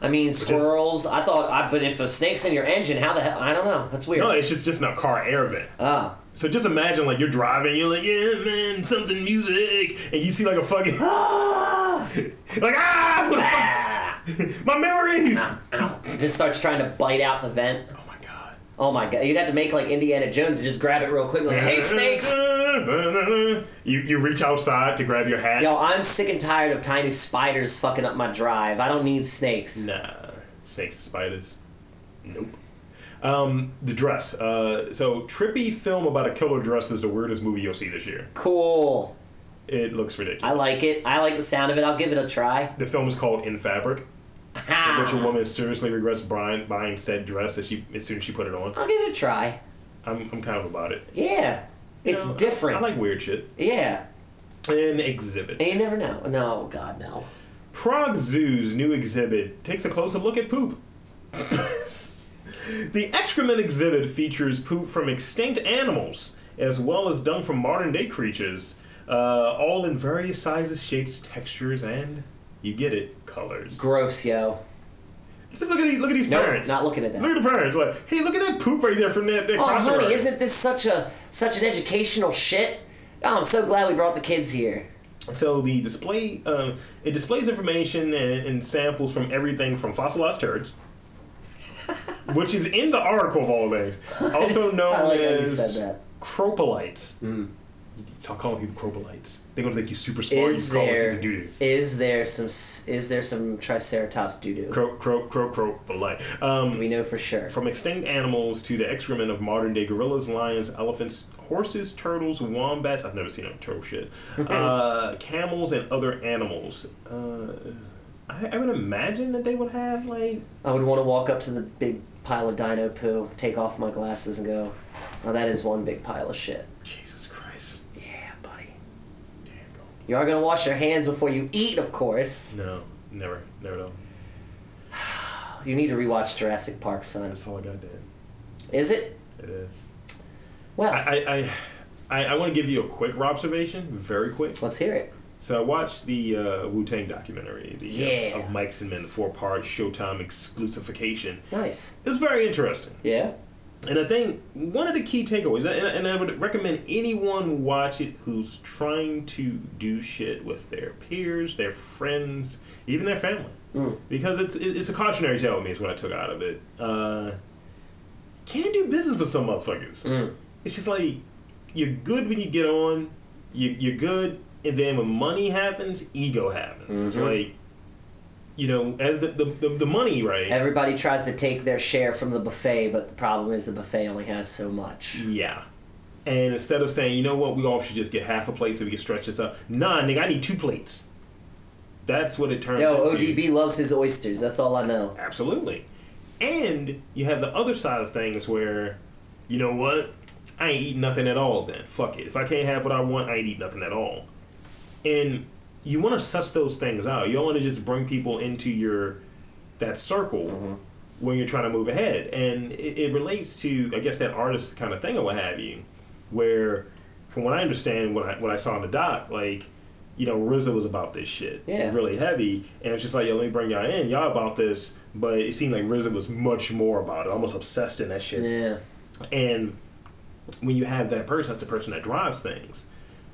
I mean, squirrels. I thought, I, but if a snake's in your engine, how the hell? I don't know. That's weird.
No, Oh, it's just just in a car air vent.
Ah,
So just imagine like you're driving, you're like, yeah, man, something music, and you see like a fucking like ah, what the fuck? my memories. Oh
It just starts trying to bite out the vent.
my god.
Oh my god! You'd have to make like Indiana Jones and just grab it real quick. Like, hey, snakes!
You you reach outside to grab your hat.
Yo, I'm sick and tired of tiny spiders fucking up my drive. I don't need snakes.
Nah, snakes and spiders. Nope. Um, the dress. Uh, so trippy film about a killer dress is the weirdest movie you'll see this year.
Cool.
It looks ridiculous.
I like it. I like the sound of it. I'll give it a try.
The film is called In Fabric. A
Ah.
butcher woman seriously regrets buying, buying said dress as she as soon as she put it on.
I'll give it a try.
I'm, I'm kind of about it.
Yeah.
You
It's
know, I-
different.
I like weird shit.
yeah.
An exhibit.
And you never know. No, God, no.
Prague Zoo's new exhibit takes a closer look at poop. the excrement exhibit features poop from extinct animals, as well as dung from modern day creatures, uh, all in various sizes, shapes, textures, and you get it, colors.
Gross, yo.
Just look at these, look at these
No,
parents.
not looking at that.
Look at the parents. Like, hey, look at that poop right there from that. that
Oh,
crossover.
honey, isn't this such a such an educational shit? Oh, I'm so glad we brought the kids here.
So the display uh, it displays information and, and samples from everything from fossilized turds, which is in the article of all things, also
I
known
like how you
as
said that.
cropolites. You Stop calling people cropolites. They're gonna think you super smart. you
Is
just call it
there
a doo doo.
is there some s- is there some Triceratops doo doo?
Cro cro cro cropolite. Um,
We know for sure.
from extinct animals to the excrement of modern day gorillas, lions, elephants, horses, turtles, wombats. I've never seen a turtle shit. uh, camels and other animals. Uh, I, I would imagine that they would have like.
I would want to walk up to the big pile of dino poo, take off my glasses, and go, "Oh, that is one big pile of shit."
Jesus Christ.
Yeah, buddy.
Damn.
You are gonna wash your hands before you eat, of course.
No, never, never. at all.
You need to rewatch Jurassic Park, son.
That's all I got, Dan.
Is it?
It is.
Well,
I I. I I, I want to give you a quick observation, very quick.
let's hear it.
So I watched the uh, Wu Tang documentary, the uh,
Yeah.
of Mike's and Men, the four-part Showtime exclusification.
Nice.
It was very interesting.
Yeah.
And I think one of the key takeaways, and I, and I would recommend anyone watch it who's trying to do shit with their peers, their friends, even their family,
Mm.
because it's it- it's a cautionary tale with me. Is what I took out of it. Uh, can't do business with some motherfuckers.
Mm.
It's just like you're good when you get on, you, you're good, and then when money happens, ego happens. It's
Mhm.
like you know, as the the, the, the money right.
Everybody tries to take their share from the buffet, but the problem is the buffet only has so much.
Yeah. And instead of saying, you know what, we all should just get half a plate so we can stretch this out. Nah, nigga, I need two plates. That's what it turns
Yo,
into.
ODB loves his oysters. That's all I know.
Absolutely. And you have the other side of things where, you know what? I ain't eating nothing at all then. Fuck it. If I can't have what I want, I ain't eat nothing at all. And you want to suss those things out. You don't want to just bring people into your that circle when you're trying to move ahead. And it, it relates to, I guess, that artist kind of thing or what have you, where, from what I understand, what I, what I saw in the doc, like, you know, RZA was about this shit. It
Yeah.
was really heavy. And it's just like, yo, let me bring y'all in. Y'all about this. But it seemed like RZA was much more about it, almost obsessed in that shit.
Yeah.
And when you have that person, that's the person that drives things.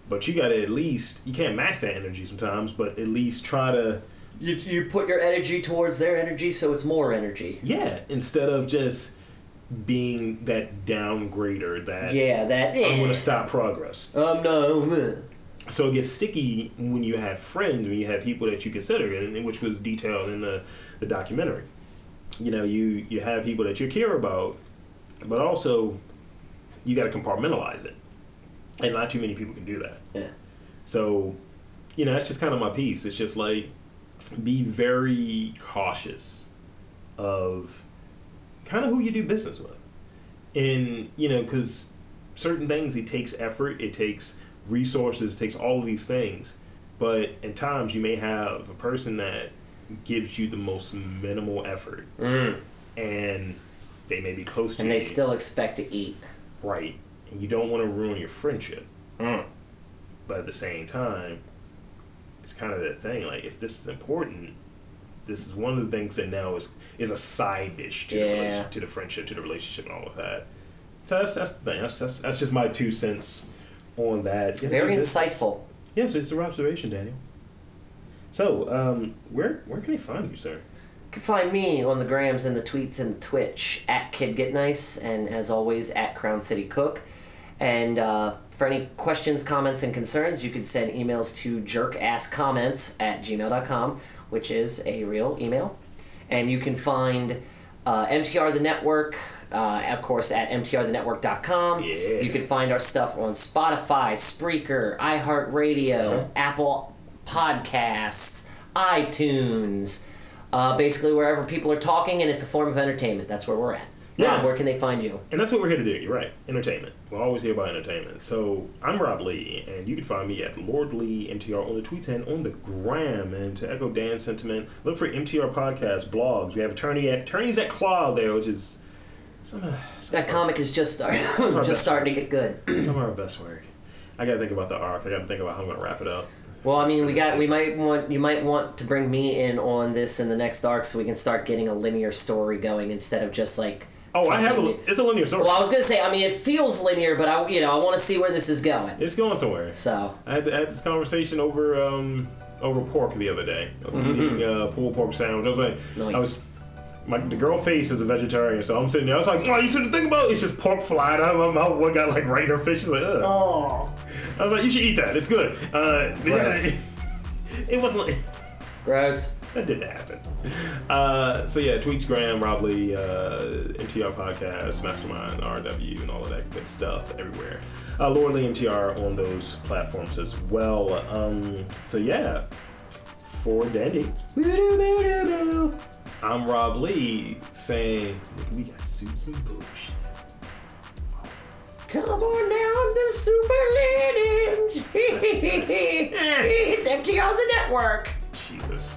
But you gotta at least you can't match that energy sometimes, but at least try to
You, you put your energy towards their energy, so it's more energy.
yeah, instead of just being that downgrader that
Yeah, that.
I'm
Eh.
gonna stop progress.
Um, no. meh.
So it gets sticky when you have friends, when you have people that you consider, and, and which was detailed in the, the documentary. You know, you you have people that you care about, but also you got to compartmentalize it, and not too many people can do that.
Yeah.
So, you know, that's just kind of my piece. It's just like be very cautious of kind of who you do business with. And, you know, because certain things, it takes effort, it takes resources, it takes all of these things. But at times, you may have a person that gives you the most minimal effort
Mm.
and they may be close to
And
you.
they still expect to eat.
Right. And you don't want to ruin your friendship.
Mm.
But at the same time, it's kind of that thing. Like, if this is important, this is one of the things that now is is a side dish to, the,
Yeah.
relation- to the friendship, to the relationship, and all of that. So that's that's the thing. That's that's, that's just my two cents on that. Yeah,
Very
this-
insightful.
Yeah, so it's your observation, Daniel. So, um, where where can they find you, sir?
You can find me on the grams and the tweets and the Twitch at Kid Get Nice, and as always at Crown City Cook. And uh, for any questions, comments, and concerns, you can send emails to jerkasscomments at gmail.com, which is a real email. And you can find uh, MTR The Network, uh, of course, at mtrthenetwork.com.
Yeah.
You can find our stuff on Spotify, Spreaker, iHeartRadio, Apple Podcasts, iTunes. uh, basically wherever people are talking, and it's a form of entertainment. That's where we're at.
Yeah.
Rob, where can they find you?
And that's what we're here to do. You're right. Entertainment. We're always here about entertainment. So I'm Rob Lee, and you can find me at Lord Lee MTR on the tweets and on the gram. And to echo Dan's sentiment, look for MTR podcasts, blogs. We have attorney at attorneys at claw there, which is some of, some,
That
of-
comic is just start, just starting to get good.
some of our best work. I gotta think about the arc. I gotta think about how I'm gonna wrap it up.
Well, I mean, we got we might want you might want to bring me in on this in the next arc so we can start getting a linear story going instead of just like.
Oh, I have
something
a.
new.
It's a linear story.
Well, I was gonna say, I mean, it feels linear, but I you know I want to see where this is going.
it's going somewhere.
So
I had, I had this conversation over um, over pork the other day. I was eating uh, pulled pork sandwich. I was like,
Nice.
I was, my the girl face is a vegetarian, so I'm sitting there. I was like, oh, you should think about it. it's just pork flying out of my mouth. One got like right in her face. She's like, Ugh.
oh,
I was like, you should eat that. It's good. Uh,
Gross.
it wasn't. Like,
gross.
that didn't happen. Uh, so yeah, tweets, Graham, Rob Lee, uh, MTR podcast, Mastermind, RW, and all of that good stuff everywhere. Uh, Lord Lee MTR on those platforms as well. Um, so yeah, for Dandy,
Woo-doo-boo-doo-boo.
I'm Rob Lee saying, look, we got Susan Bush.
Come on down the super ladies. it's empty on the network.
Jesus.